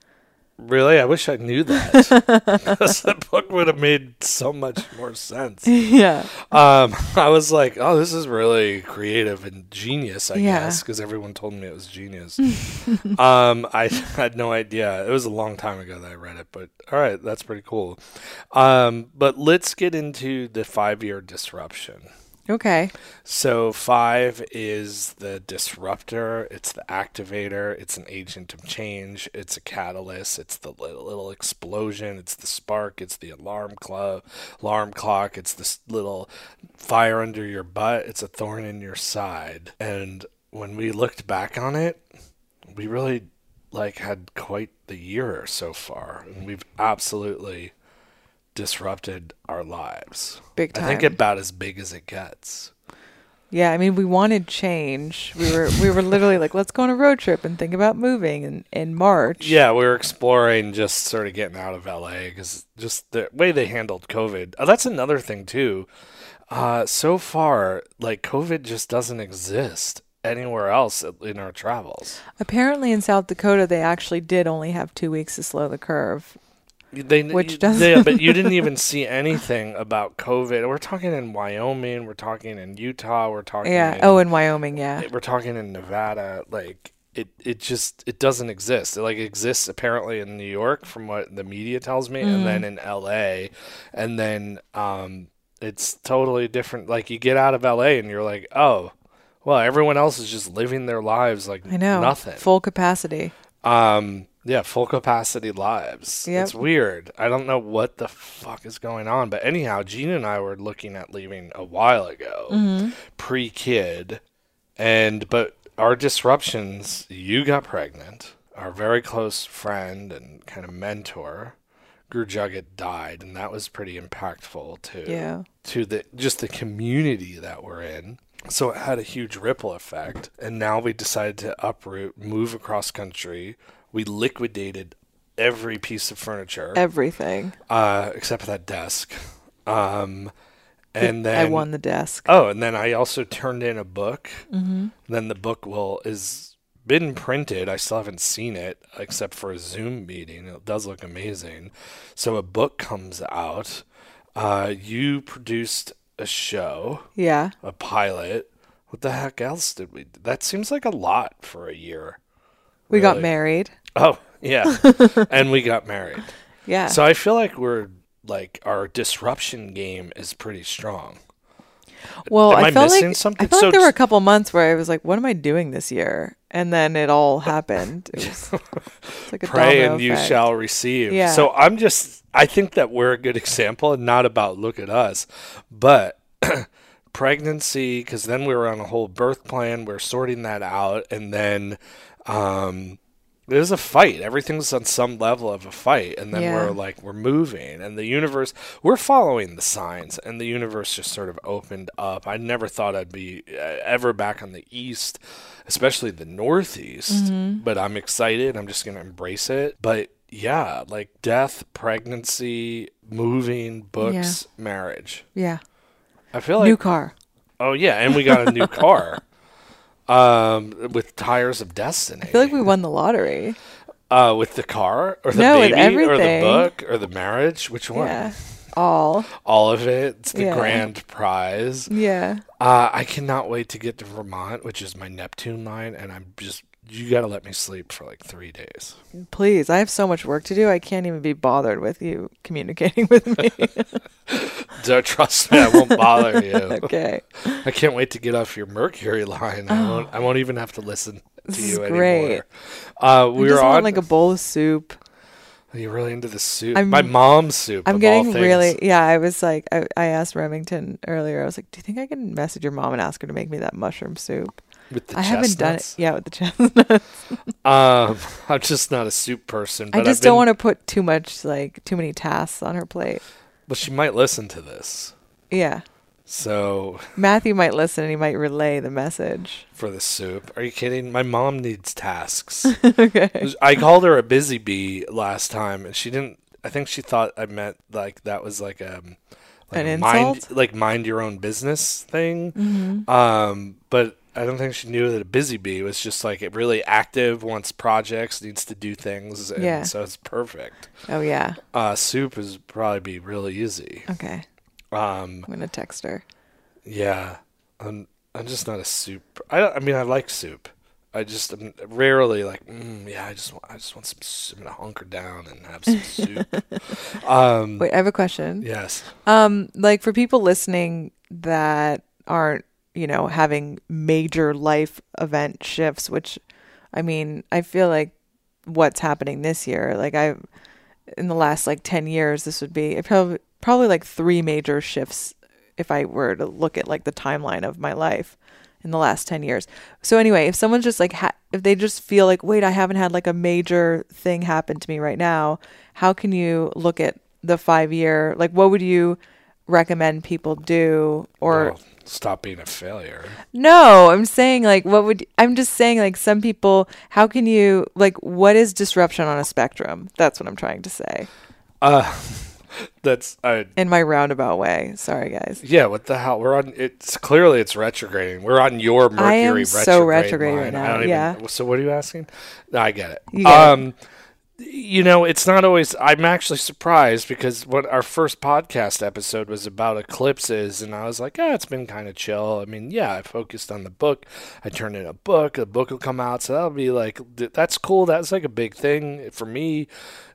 Really, I wish I knew that. Because the book would have made so much more sense. yeah. Um, I was like, oh, this is really creative and genius, I guess, 'cause Yeah. guess, because everyone told me it was genius. um, I had no idea. It was a long time ago that I read it, but all right, that's pretty cool. Um, but let's get into the five year disruption. Okay. So, five is the disruptor, it's the activator, it's an agent of change, it's a catalyst, it's the little, little explosion, it's the spark, it's the alarm club, alarm clock, it's this little fire under your butt, it's a thorn in your side. And when we looked back on it, we really like had quite the year so far, and we've absolutely disrupted our lives. Big I think time. about as big as it gets. Yeah, I mean, we wanted change. We were we were literally like, let's go on a road trip and think about moving in, in March. Yeah, we were exploring just sort of getting out of LA because just the way they handled COVID. Oh, that's another thing too. Uh, so far, like COVID just doesn't exist anywhere else in our travels. Apparently, in South Dakota, they actually did only have two weeks to slow the curve. They Which you- doesn't- yeah, but you didn't even see anything about COVID. We're talking in Wyoming. We're talking in Utah. We're talking. Yeah. in- Oh, in Wyoming, yeah. we're talking in Nevada, like it it just it doesn't exist. It like exists apparently in New York from what the media tells me and Mm. then in LA and then um it's totally different like you get out of LA and you're like, "Oh, well, everyone else is just living their lives like I know. nothing." Full capacity. um yeah, full capacity lives. Yep. It's weird. I don't know what the fuck is going on, but anyhow, Gina and I were looking at leaving a while ago, Mm-hmm. pre kid, and but our disruptions. You got pregnant. Our very close friend and kind of mentor, Gurjugget, died, and that was pretty impactful too Yeah. to the just the community that we're in. So it had a huge ripple effect. And now we decided to uproot, move across country. We liquidated every piece of furniture Everything. uh, except for that desk. Um, and then I won the desk. Oh, and then I also turned in a book. Mm-hmm. Then the book will is been printed. I still haven't seen it except for a Zoom meeting. It does look amazing. So a book comes out. Uh, you produced a show, Yeah. a pilot. What the heck else did we? Do? That seems like a lot for a year. We got Really? married. Oh yeah, and we got married. Yeah. So I feel like we're like our disruption game is pretty strong. well, am I I felt missing like something? I felt So like there were a it's- couple months where I was like, what am I doing this year? And then it all happened. It was, it's like a pray domino and you effect. shall receive. Yeah. So I'm just I think that we're a good example and not about look at us, but pregnancy, because then we were on a whole birth plan. We are sorting that out, and then um, it was a fight. Everything's on some level of a fight, and then Yeah. we're like we're moving, and the universe we're following the signs, and the universe just sort of opened up. I never thought I'd be uh, ever back on the east, especially the northeast, Mm-hmm. but I'm excited. I'm just gonna embrace it, but. Yeah, like death, pregnancy, moving, books, marriage. Yeah. I feel like New car. oh yeah, and we got a new car, um, with tires of destiny. I feel like we won the lottery. uh, with the car or the No, with baby or the everything. book or the marriage, which one? Yeah. All. All of it. It's the Yeah. grand prize. Yeah. Uh, I cannot wait to get to Vermont, which is my Neptune line, and I'm just you got to let me sleep for like three days. Please, I have so much work to do. I can't even be bothered with you communicating with me. So trust me, I won't bother you. okay. I can't wait to get off your Mercury line. I won't. I won't even have to listen to Oh. is you great. anymore. Uh, we We were just on want like a bowl of soup. Are you really into the soup? I'm- My mom's soup. I'm of all getting things. really yeah. I was like, I, I asked Remington earlier. I was like, do you think I can message your mom and ask her to make me that mushroom soup? with the I haven't done it chestnuts. yeah with the chestnuts. Um, I'm just not a soup person. But I just I've been, don't want to put too much like too many tasks on her plate. But she might listen to this. Yeah, So Matthew might listen and he might relay the message. for the soup, are you kidding? My mom needs tasks. I called her a busy bee last time, and she didn't. I think she thought I meant like that was like um like An mind insult? like mind your own business thing. Um, but I don't think she knew that a busy bee was just like it really active, wants projects, needs to do things, and Yeah. so it's perfect. Oh yeah. Uh, soup is probably be really easy. Okay, Um, I'm gonna text her. yeah, I'm I'm just not a soup. I don't- I mean I like soup. I just am rarely like mm, yeah. I just want I just want some. s- I'm gonna hunker down and have some soup. Um, Wait, I have a question. yes. Um, like for people listening that aren't, you know, having major life event shifts, which I mean, I feel like what's happening this year, like I in the last like 10 years, this would be probably probably like three major shifts if I were to look at like the timeline of my life in the last 10 years. So anyway, if someone's just like ha- if they just feel like wait, I haven't had like a major thing happen to me right now, how can you look at the 5 year like what would you recommend people do or Well, stop being a failure. no, I'm saying like what would I'm just saying like some people how can you like what is disruption on a spectrum? That's what I'm trying to say Uh, that's I. in my roundabout way. Sorry guys. Yeah, what the hell? We're on. It's clearly it's retrograding. We're on your Mercury I am retrograde so retrograde line. right I now, don't even- yeah. so what are you asking? No, I get it. You get it. um, you know, it's not always. I'm actually surprised because what our first podcast episode was about eclipses, and I was like, ah, it's been kind of chill. I mean, yeah, I focused on the book. I turned in a book. The book will come out, so that'll be like, th- that's cool. That's like a big thing for me,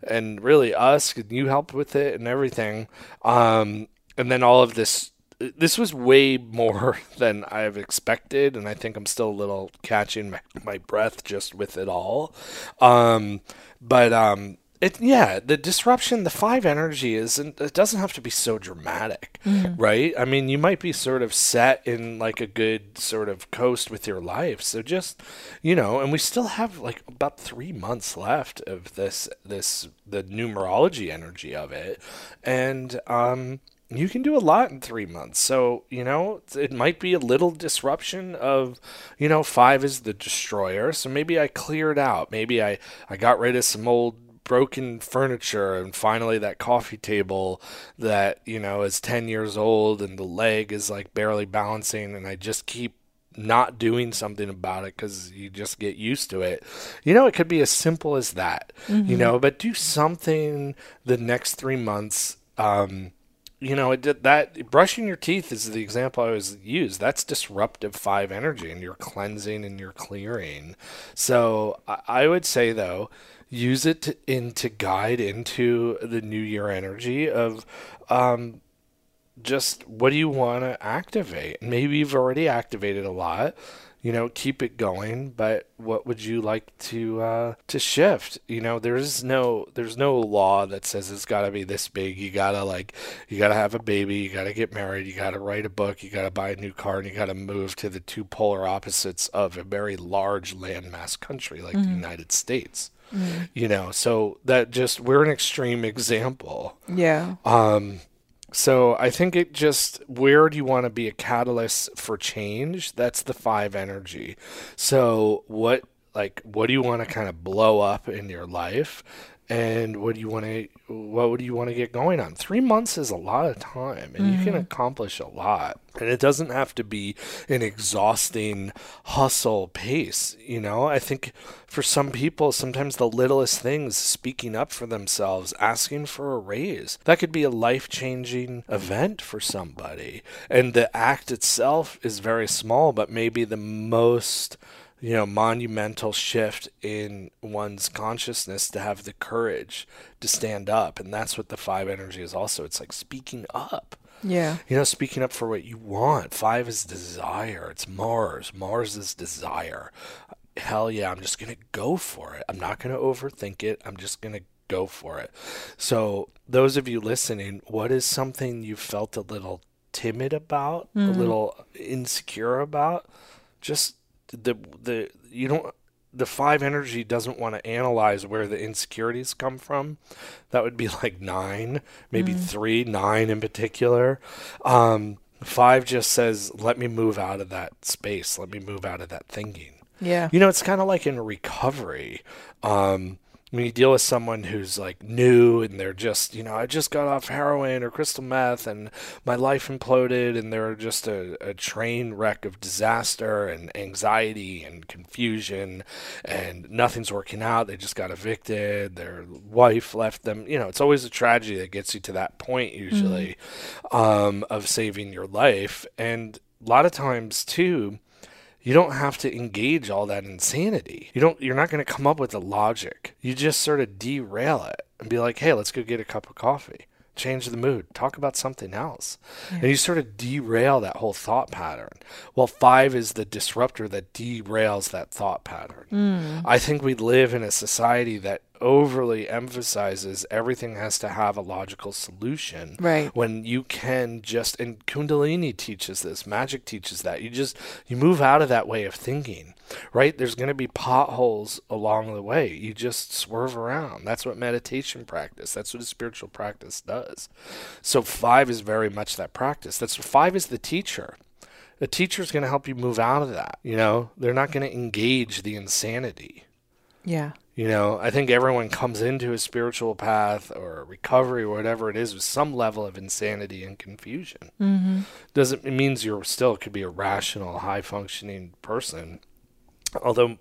and really us. And you helped with it and everything. Um, and then all of this. This was way more than I've expected, and I think I'm still a little catching my, my breath just with it all. Um, but um, it yeah, the disruption, the five energy isn't. It doesn't have to be so dramatic, right? I mean, you might be sort of set in like a good sort of coast with your life. So just you know, and we still have like about three months left of this this the numerology energy of it, and um. You can do a lot in three months. So, you know, it might be a little disruption of, you know, five is the destroyer. So maybe I cleared out. Maybe I, I got rid of some old broken furniture and finally that coffee table that you know is 10 years old and the leg is like barely balancing and i just keep not doing something about it because you just get used to it you know it could be as simple as that you know but do something the next three months um you know, it did that brushing your teeth is the example I always use. That's disruptive five energy, and you're cleansing and you're clearing. So I, I would say though, use it to, in to guide into the new year energy of um, just what do you want to activate? Maybe you've already activated a lot. you know, keep it going. But what would you like to uh, to shift? You know, there's no there's no law that says it's got to be this big. You gotta like, you gotta have a baby. You gotta get married. You gotta write a book. You gotta buy a new car, and you gotta move to the two polar opposites of a very large landmass country like the United States. You know, so that just we're an extreme example. Yeah. So I think it just where do you want to be a catalyst for change? That's the five energy. So what like what do you want to kind of blow up in your life? And what do you want to what would you want to get going on? Three months is a lot of time and you can accomplish a lot. And it doesn't have to be an exhausting hustle pace, you know? I think for some people, sometimes the littlest things, speaking up for themselves, asking for a raise, that could be a life changing event for somebody. And the act itself is very small, but maybe the most you know monumental shift in one's consciousness to have the courage to stand up and that's what the five energy is also it's like speaking up Yeah. you know, speaking up for what you want. Five is desire. It's Mars. Mars is desire. Hell yeah, I'm just going to go for it. I'm not going to overthink it. I'm just going to go for it. So, those of you listening, what is something you felt a little timid about, a little insecure about? Just the, the, you don't, the five energy doesn't want to analyze where the insecurities come from. That would be like nine, maybe three, nine in particular. Um, five just says, let me move out of that space. Let me move out of that thinking. Yeah. You know, it's kind of like in recovery. Um, when you deal with someone who's like new and they're just, you know, I just got off heroin or crystal meth and my life imploded and they're just a, a train wreck of disaster and anxiety and confusion and nothing's working out. They just got evicted. Their wife left them. You know, it's always a tragedy that gets you to that point, usually, um, of saving your life. And a lot of times, too, you don't have to engage all that insanity. You don't you're not going to come up with the logic. You just sort of derail it and be like, "Hey, let's go get a cup of coffee." Change the mood, talk about something else. And you sort of derail that whole thought pattern. Well, five is the disruptor that derails that thought pattern. I think we live in a society that overly emphasizes everything has to have a logical solution Right. when you can just and kundalini teaches this magic teaches that you just you move out of that way of thinking right there's going to be potholes along the way you just swerve around that's what meditation practice that's what a spiritual practice does so five is very much that practice that's five is the teacher a teacher's going to help you move out of that you know they're not going to engage the insanity Yeah. you know, I think everyone comes into a spiritual path or recovery or whatever it is with some level of insanity and confusion. Mm-hmm. Doesn't it means you're still could be a rational, high functioning person. Although,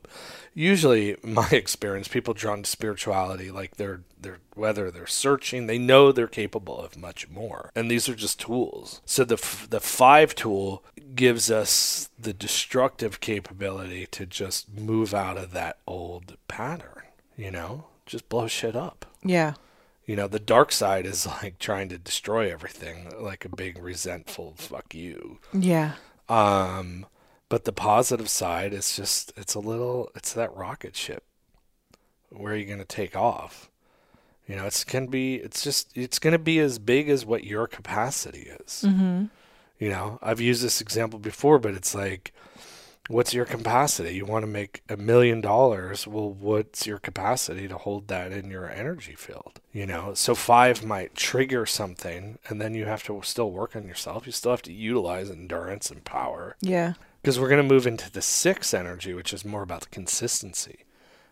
usually in my experience, people drawn to spirituality, like they're they're whether they're searching, they know they're capable of much more, and these are just tools. So the f- the five tool gives us the destructive capability to just move out of that old pattern, you know, just blow shit up. Yeah. You know, the dark side is like trying to destroy everything, like a big resentful fuck you. Yeah. Um, but the positive side is just it's a little it's that rocket ship. Where are you going to take off? You know, it's can be it's just it's going to be as big as what your capacity is. You know, I've used this example before, but it's like what's your capacity? You want to make a million dollars. Well, what's your capacity to hold that in your energy field? You know, so five might trigger something, and then you have to still work on yourself. You still have to utilize endurance and power Yeah. because we're going to move into the six energy, which is more about the consistency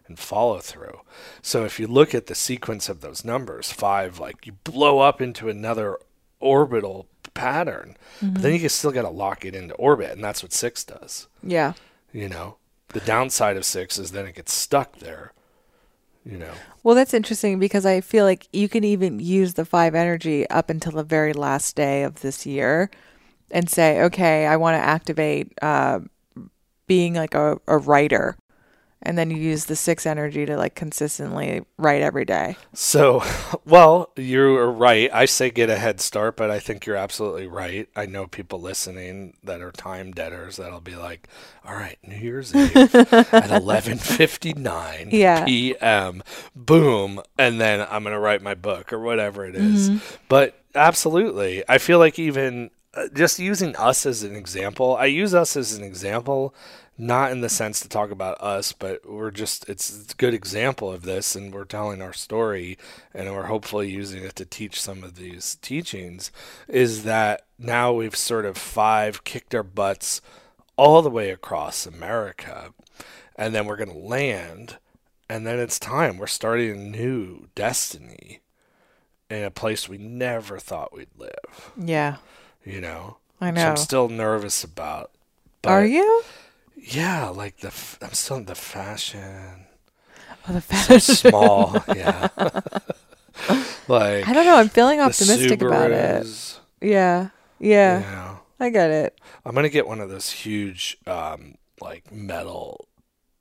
and follow through. So if you look at the sequence of those numbers, five, like you blow up into another orbital pattern, but then you just still got to lock it into orbit, and that's what six does Yeah. you know the downside of six is then it gets stuck there you know Well, that's interesting because I feel like you can even use the five energy up until the very last day of this year and say, okay, I want to activate uh, being like a, a writer and then you use the six energy to like consistently write every day. So, well, you're right. I say get a head start, but I think you're absolutely right. I know people listening that are time debtors that'll be like, "All right, New Year's Eve at 11:59 Yeah. p.m. E Boom, and then I'm going to write my book or whatever it is. But absolutely. I feel like even uh, just using us as an example, I use us as an example not in the sense to talk about us, but we're just it's, it's a good example of this, and we're telling our story, and we're hopefully using it to teach some of these teachings. Is that now we've sort of five kicked our butts all the way across America, and then we're gonna land, and then it's time we're starting a new destiny in a place we never thought we'd live. Yeah, You know, I Which know. I'm still nervous about. Are but- you? yeah, like the f- I'm still in the fashion. Oh, the So fact- small, yeah. like I don't know. I'm feeling the optimistic about it. Subarus, Yeah. yeah, You know, I get it. I'm gonna get one of those huge, um, like metal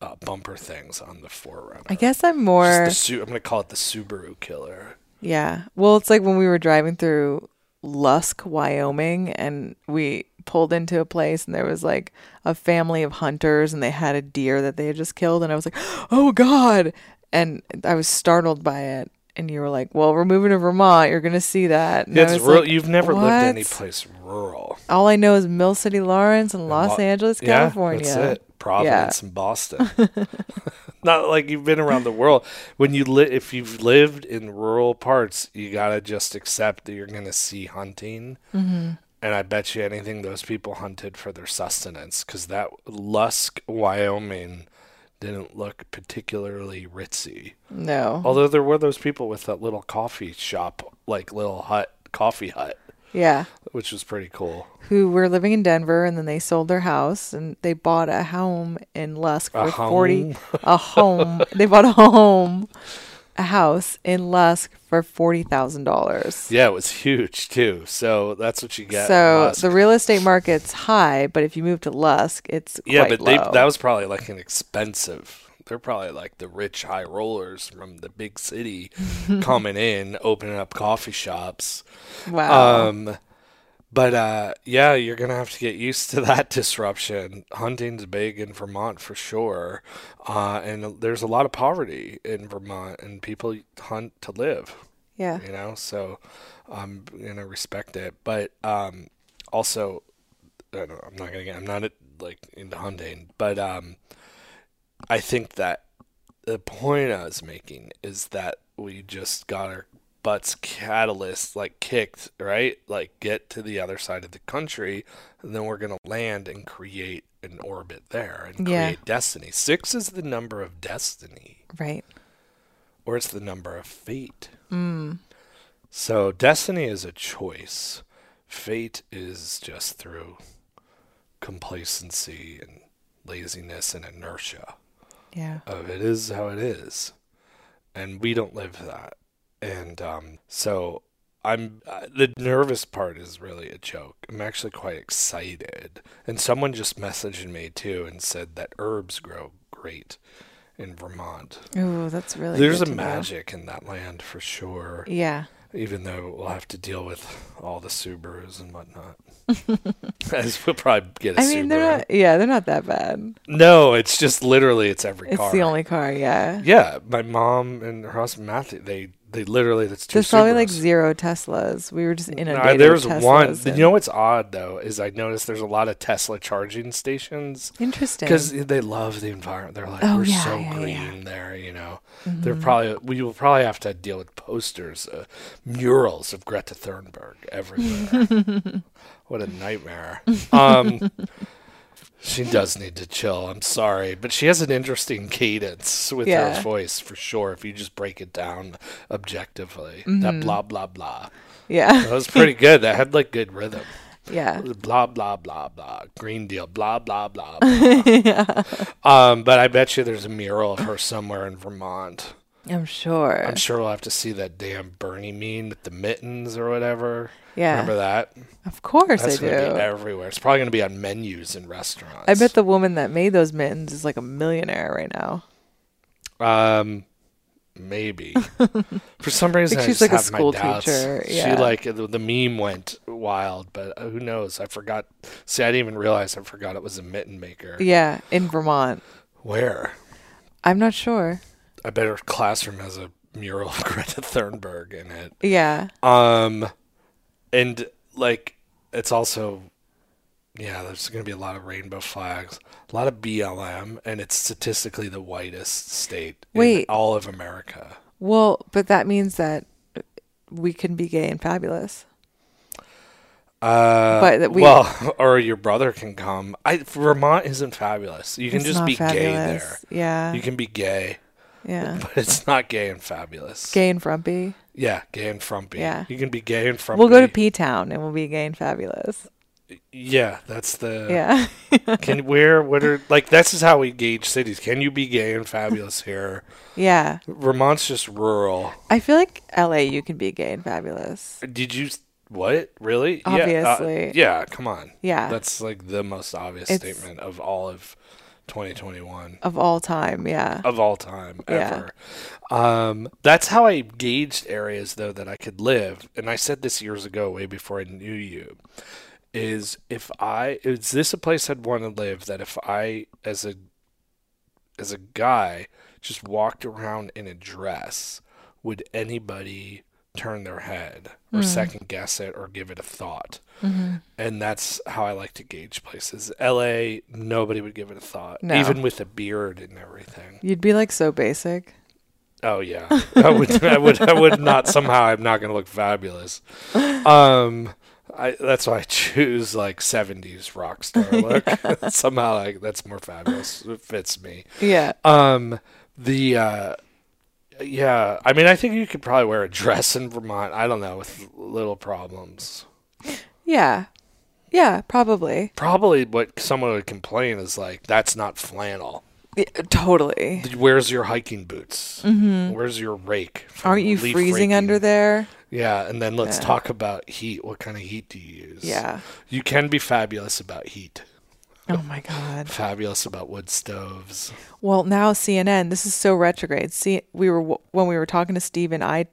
uh, bumper things on the forerunner. I guess I'm Just the more. Su- I'm gonna call it the Subaru killer. Yeah. Well, it's like when we were driving through Lusk, Wyoming, and we pulled into a place and there was like a family of hunters and they had a deer that they had just killed. And I was like, oh God. And I was startled by it. And you were like, well, we're moving to Vermont. You're going to see that. And I it's was real. like, You've never lived any "What?" place rural. All I know is Mill City, Lawrence, and Los Lo- Angeles, Yeah, California. that's it. Providence and Boston. Not like you've been around the world. When you li- if you've lived in rural parts, you gotta just accept that you're gonna see hunting. Mm-hmm. And I bet you anything, those people hunted for their sustenance because that Lusk, Wyoming, didn't look particularly ritzy. No. Although there were those people with that little coffee shop, like little hut, coffee hut, Yeah. which was pretty cool. who were living in Denver and then they sold their house and they bought a home in Lusk A for 40 home? a home. they bought a home, a house in Lusk for $40,000. Yeah, it was huge too. So that's what you get. in so Lusk. the real estate market's high, but if you move to Lusk, it's Yeah, quite but they low. that was probably like an expensive. They're probably like the rich high rollers from the big city coming in, opening up coffee shops. wow. Um but uh yeah, you're going to have to get used to that disruption. Hunting's big in Vermont for sure. Uh and there's a lot of poverty in Vermont and people hunt to live yeah. you know so i'm gonna respect it but um also I don't, i'm not gonna get i'm not like into hunting but um i think that the point i was making is that we just got our butts catalyst like kicked right like get to the other side of the country and then we're gonna land and create an orbit there and Yeah. create destiny six is the number of destiny Right. or it's the number of fate. So destiny is a choice. Fate is just through complacency and laziness and inertia Yeah. of it is how it is, and we don't live that. And um, so I'm uh, the nervous part is really a joke. I'm actually quite excited. And someone just messaged me too and said that herbs grow great in Vermont. Ooh, that's really There's a good to know. magic in that land for sure, Yeah. even though we'll have to deal with all the Subarus and whatnot. As we'll probably get a I mean, they're Subaru. not yeah, they're not that bad. No, it's just literally it's every It's car. the only car, yeah. Yeah, my mom and her husband Matthew, they they literally that's two. There's probably like Subarus. zero Teslas. We were just Nah, inundated. there's with Teslas one. and- You know what's odd though is I noticed there's a lot of Tesla charging stations Interesting. because they love the environment. They're like Oh, we're yeah, so yeah, green yeah. Mm-hmm. there, you know. They're probably we will probably have to deal with posters, uh, murals of Greta Thunberg everywhere. what a nightmare. Um, she does need to chill. I'm sorry, but she has an interesting cadence with Yeah. her voice for sure. If you just break it down objectively, Mm-hmm. that blah blah blah. yeah. That was pretty good. That had like good rhythm Yeah. blah blah blah blah green deal blah blah blah, blah. um but i bet you there's a mural of her somewhere in vermont I'm sure. i'm sure we'll have to see that damn bernie meme with the mittens or whatever Yeah. remember that Of course that's I gonna be do. everywhere it's probably gonna be on menus in restaurants I bet the woman that made those mittens is like a millionaire right now. Um, maybe. For some reason, I she's just like a have my school doubts. teacher, yeah. She like the, the meme went wild, but who knows? I forgot. See, I didn't even realize I forgot it was a mitten maker. Yeah, in Vermont. Where? I'm not sure. I bet her classroom has a mural of Greta Thunberg in it. Yeah. Um, and like it's also, yeah, there's going to be a lot of rainbow flags, a lot of BLM, and it's statistically the whitest state in Wait. all of America. Well, but that means that we can be gay and fabulous. Uh, But that we- well, or your brother can come. I Vermont isn't fabulous. You can It's just not be gay there. fabulous. Yeah. You can be gay, yeah. but it's not gay and fabulous. Gay and frumpy. Yeah, gay and frumpy. Yeah. you can be gay and frumpy. We'll go to P Town and we'll be gay and fabulous. Yeah, that's the. Yeah. Can where what are like this is how we gauge cities. Can you be gay and fabulous here? yeah. Vermont's just rural. I feel like LA you can be gay and fabulous. Did you what? Really? Yeah, uh, Obviously. yeah, come on. Yeah. That's like the most obvious It's- statement of all of 2021 Of all time, yeah. of all time Yeah. ever. Um that's how I gauged areas though that I could live and I said this years ago way before I knew you is if I is this a place I'd want to live that if I as a as a guy just walked around in a dress, would anybody turn their head Hmm. or second guess it or give it a thought? Mm-hmm. And that's how I like to gauge places. LA, nobody would give it a thought, No. even with a beard and everything. You'd be like so basic. Oh yeah, I would, I would, I would not. Somehow, I'm not going to look fabulous. Um, I, that's why I choose like '70s rock star look. somehow, like that's more fabulous. It fits me. Yeah. Um, the uh, yeah, I mean, I think you could probably wear a dress in Vermont. I don't know with little problems. Yeah. Yeah, probably. Probably what someone would complain is like that's not flannel. Yeah, totally. Where's your hiking boots? Mm-hmm. Where's your rake? from Aren't you leaf freezing raking? under there? Yeah, and then let's Yeah. talk about heat. What kind of heat do you use? Yeah. you can be fabulous about heat. Oh my god. Fabulous about wood stoves. Well, now CNN, this is so retrograde. See, we were when we were talking to Steve and I,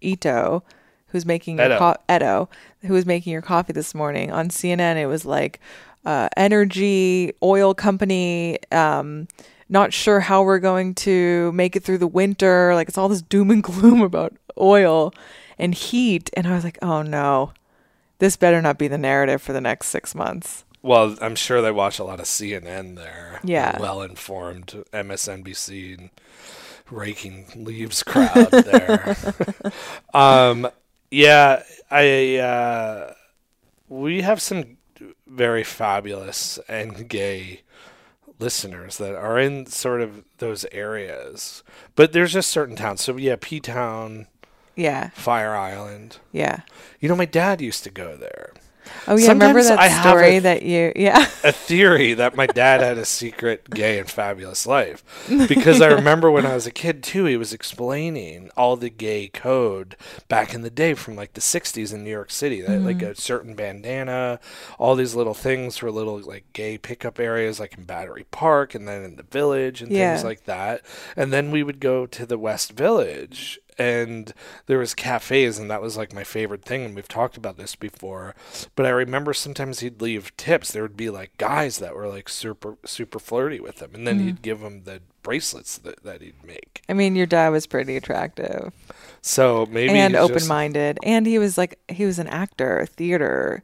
Ito, who's making your Edo. co- Edo, who was making your coffee this morning on CNN. It was like uh, energy oil company. Um, not sure how we're going to make it through the winter. Like it's all this doom and gloom about oil and heat. And I was like, oh no, this better not be the narrative for the next six months. Well, I'm sure they watch a lot of CNN there. Yeah. Well informed MSNBC and raking leaves crowd there. um, yeah, I uh, we have some very fabulous and gay listeners that are in sort of those areas, but there's just certain towns. So yeah, P Town, Yeah, Fire Island. yeah. You know, my dad used to go there. Oh yeah, remember Sometimes that I have a- story that you yeah. a theory that my dad had a secret gay and fabulous life because I remember when I was a kid too he was explaining all the gay code back in the day from like the 60s in New York City that like a certain bandana all these little things were little like gay pickup areas like in Battery Park and then in the village and Yeah. things like that and then we would go to the West Village and there was cafes and that was like my favorite thing and we've talked about this before but i remember sometimes he'd leave tips there would be like guys that were like super super flirty with him and then Mm. he'd give them the bracelets that, that he'd make I mean, your dad was pretty attractive so maybe and he's just- open minded. And he was like, he was an actor, theater,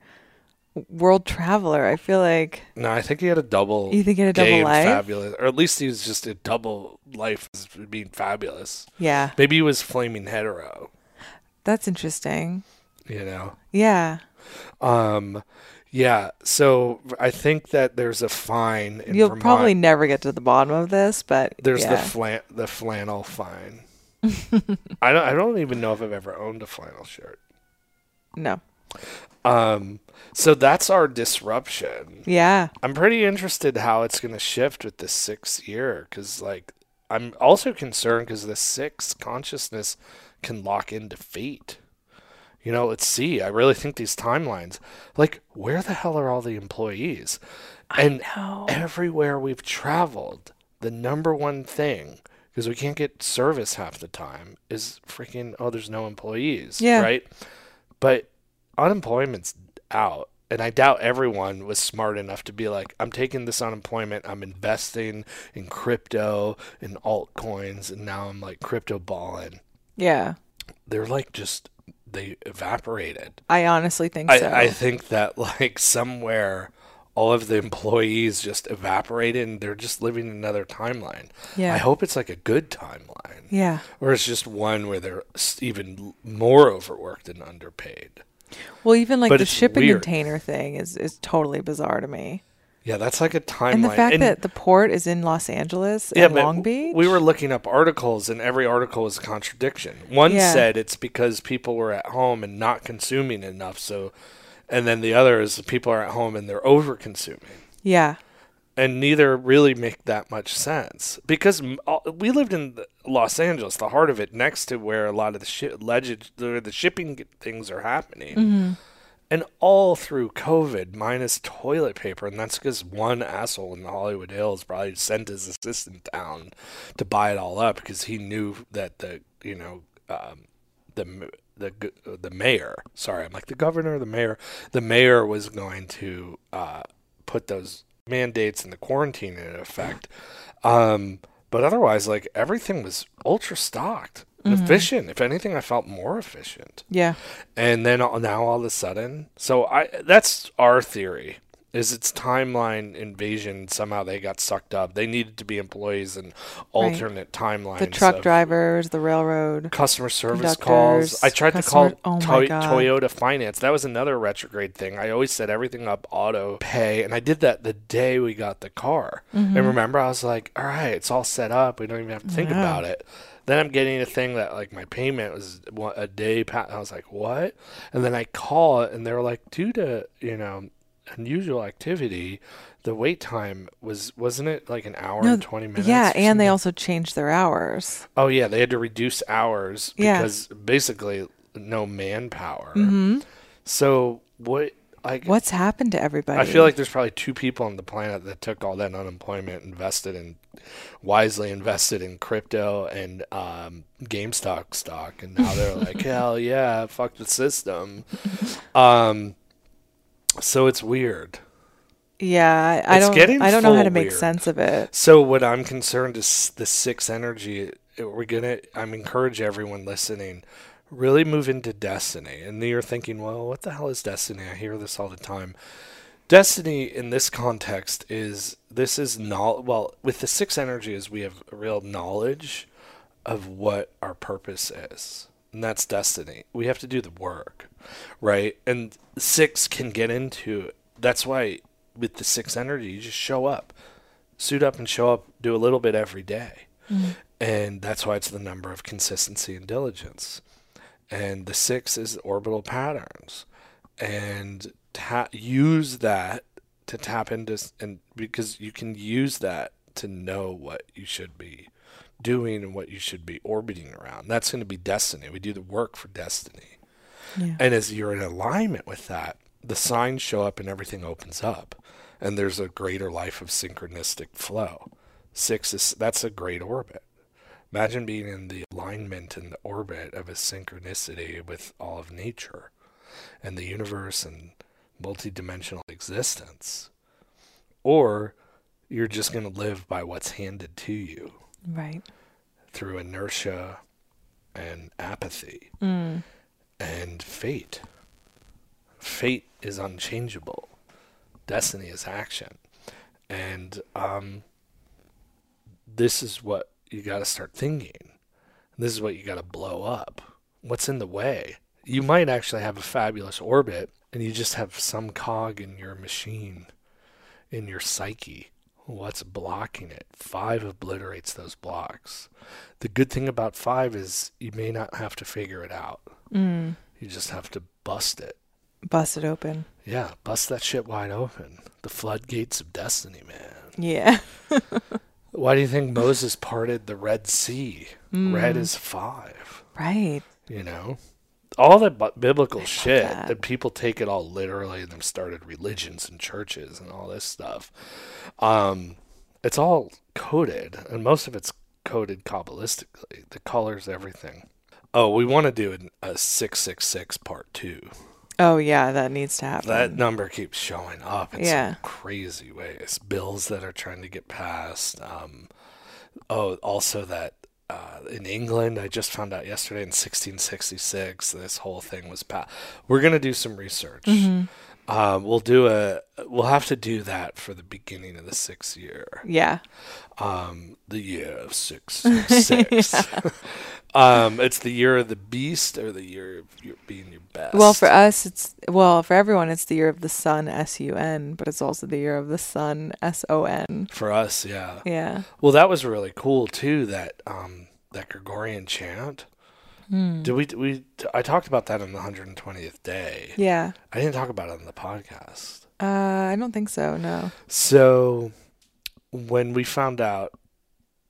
world traveler. I feel like, no i think he had a double You think he had a gay double and life? fabulous or at least he was just a double life as being fabulous yeah, maybe he was flaming hetero that's interesting. you know Yeah. um yeah so i think that there's a fine in You'll Vermont. probably never get to the bottom of this, but There's the yeah. flan- the flannel fine. I don't I don't even know if I've ever owned a flannel shirt. no. Um so that's our disruption. Yeah. I'm pretty interested how it's going to shift with the 6th year cuz like I'm also concerned cuz the 6th consciousness can lock into fate. You know, let's see. I really think these timelines like where the hell are all the employees? And No. everywhere we've traveled, the number one thing because we can't get service half the time is freaking oh there's no employees Yeah. right but unemployment's out and i doubt everyone was smart enough to be like i'm taking this unemployment i'm investing in crypto and altcoins and now i'm like crypto balling Yeah. they're like just they evaporated I honestly think so. I, I think that like somewhere all of the employees just evaporated and they're just living another timeline. Yeah. I hope it's like a good timeline. yeah. Or it's just one where they're s- even more overworked and underpaid. Well, even like But the it's shipping weird. container thing is, is totally bizarre to me. Yeah, that's like a timeline. And the fact And- that the port is in Los Angeles and but Long w- Beach. We were looking up articles, and every article was a contradiction. One Yeah. said it's because people were at home and not consuming enough. So, and then the other is people are at home and they're over consuming. yeah. and neither really make that much sense because m- all- we lived in the- Los Angeles, the heart of it, next to where a lot of the shi legend, where the shipping g- things are happening, and all through COVID, minus toilet paper, and that's because one asshole in the Hollywood Hills probably sent his assistant down to buy it all up because he knew that the you know um, the m- the g- the mayor, sorry, I'm like the governor, the mayor, the mayor was going to uh, put those mandates and the quarantine in effect. Um, but otherwise, like everything was ultra stocked, and Mm-hmm. efficient. If anything, I felt more efficient. Yeah. And then all- now all of a sudden, so I that's our theory is it's timeline invasion. Somehow they got sucked up. They needed to be employees in alternate timelines. The truck of- drivers, the railroad. customer service calls. Conductors, I tried customer- to call oh my Toy- God. Toyota Finance. That was another retrograde thing. I always set everything up auto pay, and I did that the day we got the car. Mm-hmm. And remember, I was like, "All right, it's all set up. We don't even have to think about it." Then I'm getting a thing that like my payment was wa- a day past. I was like, "What?" And then I call it, and they were like, "Due to you know." unusual activity the wait time was wasn't it like an hour and 20 minutes Yeah, or and something? they also changed their hours. Oh yeah, they had to reduce hours Yeah. because basically no manpower. So what? Like What's happened to everybody? I feel like there's probably two people on the planet that took all that unemployment, invested in wisely invested in crypto and um, GameStop stock, and now they're like, hell yeah, fuck the system. Um, so it's weird. yeah, I, I It's don't getting I don't know how full to make weird. sense of it. So what I'm concerned is the six energy. uh, We're gonna. I'm encourage everyone listening, really move into destiny. And you're thinking, well, what the hell is destiny? I hear this all the time. Destiny in this context is this is not well with the six energies we have a real knowledge of what our purpose is. And that's destiny. We have to do the work, right? And six can get into that's why with the six energy you just show up. Suit up and show up, do a little bit every day. And that's why it's the number of consistency and diligence and the six is orbital patterns and ta- use that to tap into s- and because you can use that to know what you should be doing and what you should be orbiting around that's going to be destiny we do the work for destiny Yeah. and as you're in alignment with that the signs show up and everything opens up and there's a greater life of synchronistic flow six is that's a great orbit Imagine being in the alignment and the orbit of a synchronicity with all of nature and the universe and multidimensional existence. Or you're just going to live by what's handed to you Right. through inertia and apathy and fate. Fate is unchangeable. Destiny is action. And um, this is what you got to start thinking. This is what you got to blow up. What's in the way? You might actually have a fabulous orbit and you just have some cog in your machine, in your psyche. What's blocking it? Five obliterates those blocks. The good thing about five is you may not have to figure it out. You just have to bust it. Bust it open. Yeah, bust that shit wide open. The floodgates of destiny, man. Yeah. Why do you think Moses parted the Red Sea? Red is five, Right. you know? All that bu- biblical shit that. that. people take it all literally and then started religions and churches and all this stuff. Um, it's all coded, and most of it's coded kabbalistically. The colors, everything. Oh, we want to do an, a six six six part two. Oh yeah, that needs to happen. That number keeps showing up in Mm. Yeah. some crazy ways. Bills that are trying to get passed. Um, oh, also that uh, in England, I just found out yesterday in 1666, this whole thing was passed. We're gonna do some research. Mm-hmm. Um, we'll do a. We'll have to do that for the beginning of the sixth year. yeah. Um, the year of six six six. um, it's the year of the beast or the year of your, being your best. Well, for us, it's well for everyone. It's the year of the sun, S U N, but it's also the year of the sun, S O N. for us, yeah. Yeah. Well, that was really cool too. That um, that Gregorian chant. Did we we I talked about that on the 120th day. Yeah. I didn't talk about it on the podcast. Uh, I don't think so. No. So when we found out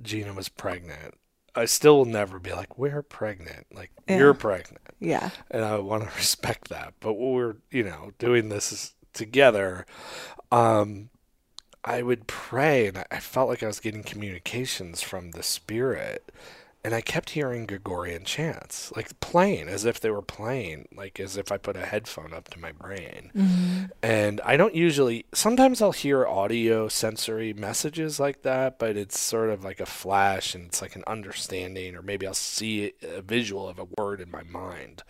Gina was pregnant, I still will never be like we're pregnant. Like Yeah. you're pregnant. Yeah. and I want to respect that. But when we're you know doing this is- together, um, I would pray, and I- I felt like I was getting communications from the spirit, and I kept hearing Gregorian chants, like playing as if they were playing, like as if I put a headphone up to my brain. And I don't usually. Sometimes I'll hear audio sensory messages like that, but it's sort of like a flash, and it's like an understanding, or maybe I'll see a visual of a word in my mind.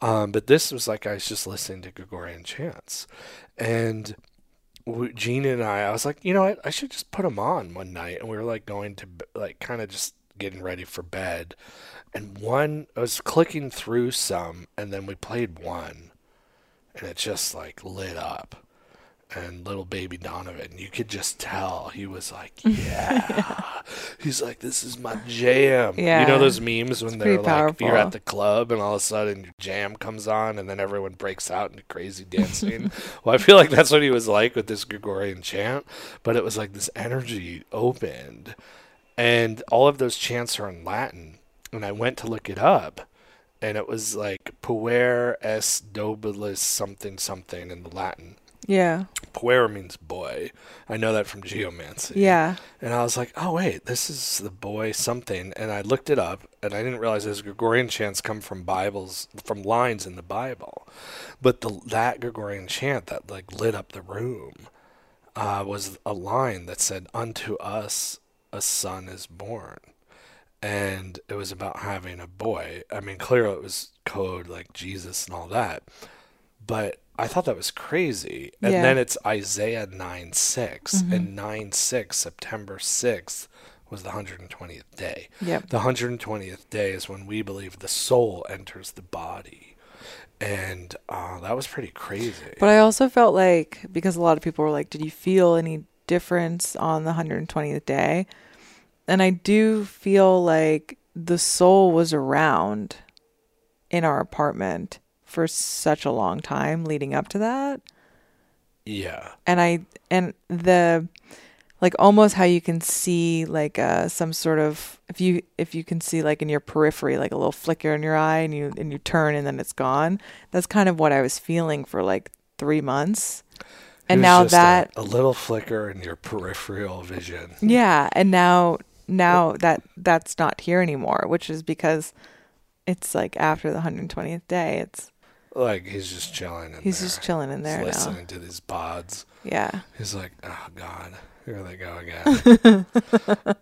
Um, but this was like I was just listening to Gregorian chants, and w- Gina and I, I was like, you know what, I should just put them on one night, and we were like going to b- like kind of just getting ready for bed, and one I was clicking through some, and then we played one, and it just like lit up. And little baby Donovan, you could just tell he was like, "Yeah." He's like, "This is my jam." You Yeah. know those memes when they're pretty like, powerful. "You're at the club," and all of a sudden your jam comes on, and then everyone breaks out into crazy dancing. well, I feel like that's what he was like with this Gregorian chant, but it was like this energy opened, and all of those chants are in Latin. And I went to look it up, and it was like "puer est nobilis" something something in the Latin. Yeah. Puer means boy. I know that from geomancy. Yeah. And I was like, oh, wait, this is the boy something. And I looked it up and I didn't realize those Gregorian chants come from Bibles, from lines in the Bible. But the, that Gregorian chant that like lit up the room uh, was a line that said, Unto us a son is born. And it was about having a boy. I mean, clearly it was code like Jesus and all that. But I thought that was crazy. And Yeah. then it's Isaiah 9 6. And 9 6, September 6th, was the 120th day. Yep. The 120th day is when we believe the soul enters the body. And uh, that was pretty crazy. But I also felt like because a lot of people were like, "Did you feel any difference on the 120th day?" And I do feel like the soul was around in our apartment for such a long time leading up to that. yeah. and I and the like almost how you can see like uh some sort of if you if you can see like in your periphery like a little flicker in your eye and you and you turn and then it's gone. That's kind of what I was feeling for like three months. And It was now just a- that a, little flicker in your peripheral vision. yeah, and now now that that's not here anymore, which is because it's like after the 120th day, it's Like he's just chilling in he's there. just chilling in there He's now. listening to these pods. Yeah. He's like, oh god, here they go again.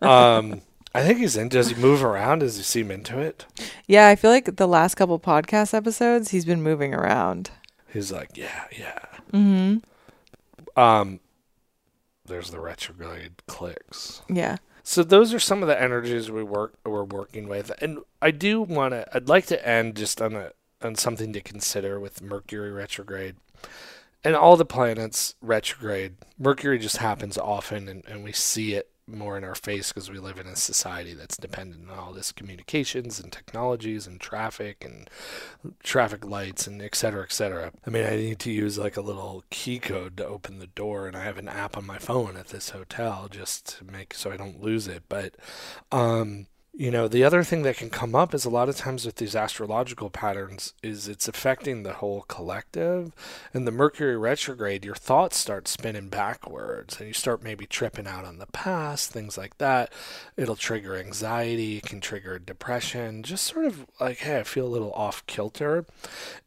um, I think he's in. Does he move around? Does he seem into it? Yeah, I feel like the last couple podcast episodes he's been moving around. He's like, yeah, yeah. Mm-hmm. Um, there's the retrograde clicks. Yeah. So those are some of the energies we work we're working with, and I do want to. I'd like to end just on a on something to consider with Mercury retrograde, and all the planets retrograde. Mercury just happens often, and, and we see it more in our face because we live in a society that's dependent on all this communications and technologies and traffic and traffic lights and et cetera, et cetera. I mean, I need to use like a little key code to open the door, and I have an app on my phone at this hotel just to make so I don't lose it. But, um, You know, the other thing that can come up is a lot of times with these astrological patterns is it's affecting the whole collective. And the Mercury retrograde, your thoughts start spinning backwards and you start maybe tripping out on the past, things like that. It'll trigger anxiety, it can trigger depression, just sort of like, hey, I feel a little off kilter.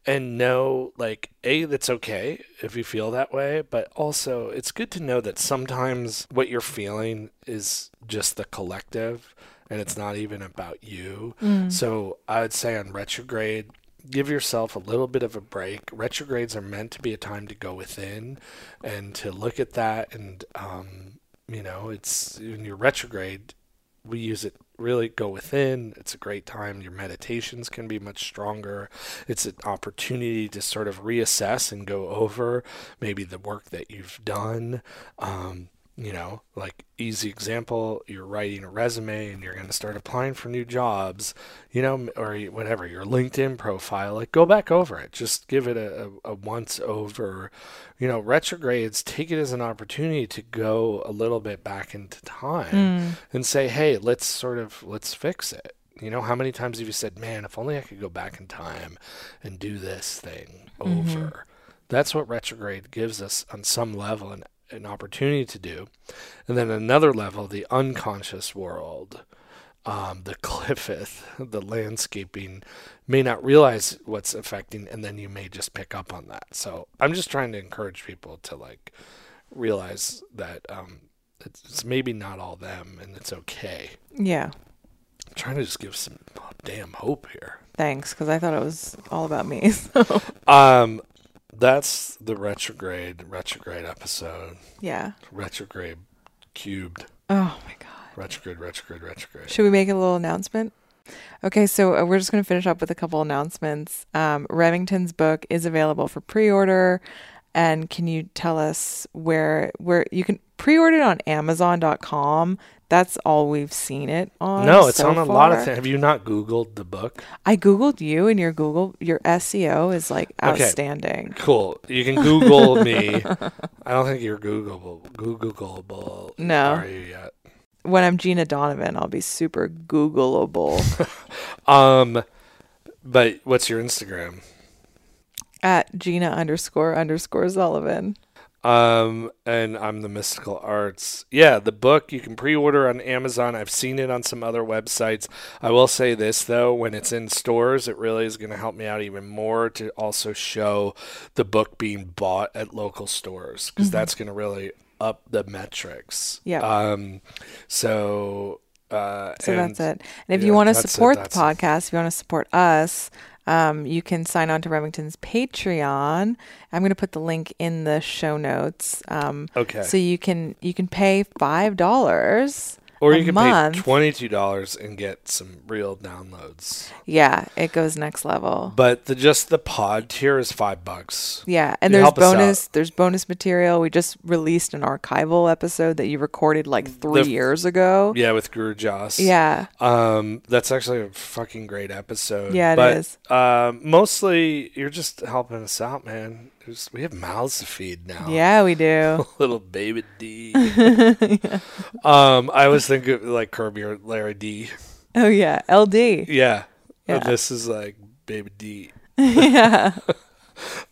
And know, like, A, that's okay if you feel that way, but also it's good to know that sometimes what you're feeling is just the collective and it's not even about you. So I would say on retrograde, give yourself a little bit of a break. Retrogrades are meant to be a time to go within and to look at that. And, um, you know, it's in your retrograde, we use it really go within. It's a great time. Your meditations can be much stronger. It's an opportunity to sort of reassess and go over maybe the work that you've done. Um, you know, like easy example, you're writing a resume and you're going to start applying for new jobs, you know, or you- whatever, your LinkedIn profile, like go back over it. Just give it a, a, a once over. You know, retrogrades, take it as an opportunity to go a little bit back into time and say, hey, let's sort of, let's fix it. You know, how many times have you said, man, if only I could go back in time and do this thing over? That's what retrograde gives us on some level an, an opportunity to do. And then another level, the unconscious world, um, the cliffith, the landscaping, may not realize what's affecting, and then you may just pick up on that. So I'm just trying to encourage people to like realize that um, it's, it's maybe not all them, and it's okay. Yeah. I'm trying to just give some damn hope here. Thanks, because I thought it was all about me. So Um, that's the retrograde retrograde episode. yeah. Retrograde cubed. Oh my god. Retrograde, retrograde, retrograde. Should we make a little announcement? Okay, so uh, we're just going to finish up with a couple announcements. Um, Remington's book is available for pre-order, and can you tell us where where you can pre-order it on Amazon.com? That's all we've seen it on. No, it's so on a lot of far. things. Have you not Googled the book? I googled you, and your Google your SEO is like Okay. outstanding. Cool. You can Google me. I don't think you're Googleable. Googleable. No. Are you yet? When I'm Gina Donovan, I'll be super Googleable Um, but what's your Instagram? at Gina underscore underscore Sullivan. Um, and I'm the Mystical Arts. Yeah, the book you can pre-order on Amazon. I've seen it on some other websites. I will say this though, when it's in stores, it really is going to help me out even more to also show the book being bought at local stores because that's going to really up the metrics. Mm-hmm. Yeah. Um, so uh, So and- that's it. And if yeah, you want to that's it, support the that's it. podcast, if you want to support us, um, you can sign on to Remington's Patreon. I'm going to put the link in the show notes. Um, Okay. So you can you can pay five dollars or a you can month. pay twenty-two dollars and get some real downloads. yeah, it goes next level. But the just the pod tier is five bucks. Yeah, and You there's help us out. bonus there's bonus material. We just released an archival episode that you recorded like three f- years ago. Yeah, with Guru Joss. Yeah. Um, that's actually a fucking great episode. Yeah, it but, is. Um, mostly you're just helping us out, man. There's- we have mouths to feed now. Yeah, we do. Little baby D. Um, I always think of like Kirby or Larry D. Oh yeah, LD. Yeah. Yeah. This is like baby D. yeah.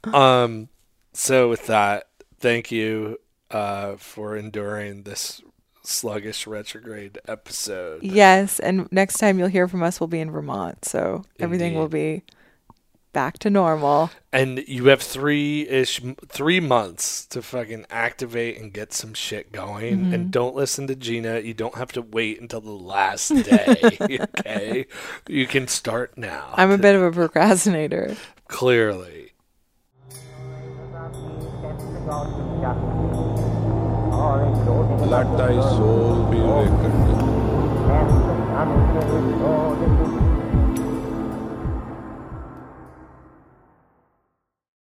Um, so with that, thank you uh, for enduring this sluggish retrograde episode. Yes, and next time you'll hear from us, we'll be in Vermont, so everything will be back to normal. and you have three ish three months to fucking activate and get some shit going and don't listen to gina you don't have to wait until the last day okay you can start now I'm a bit of a procrastinator. clearly Let thy soul be reckoned. Thank you.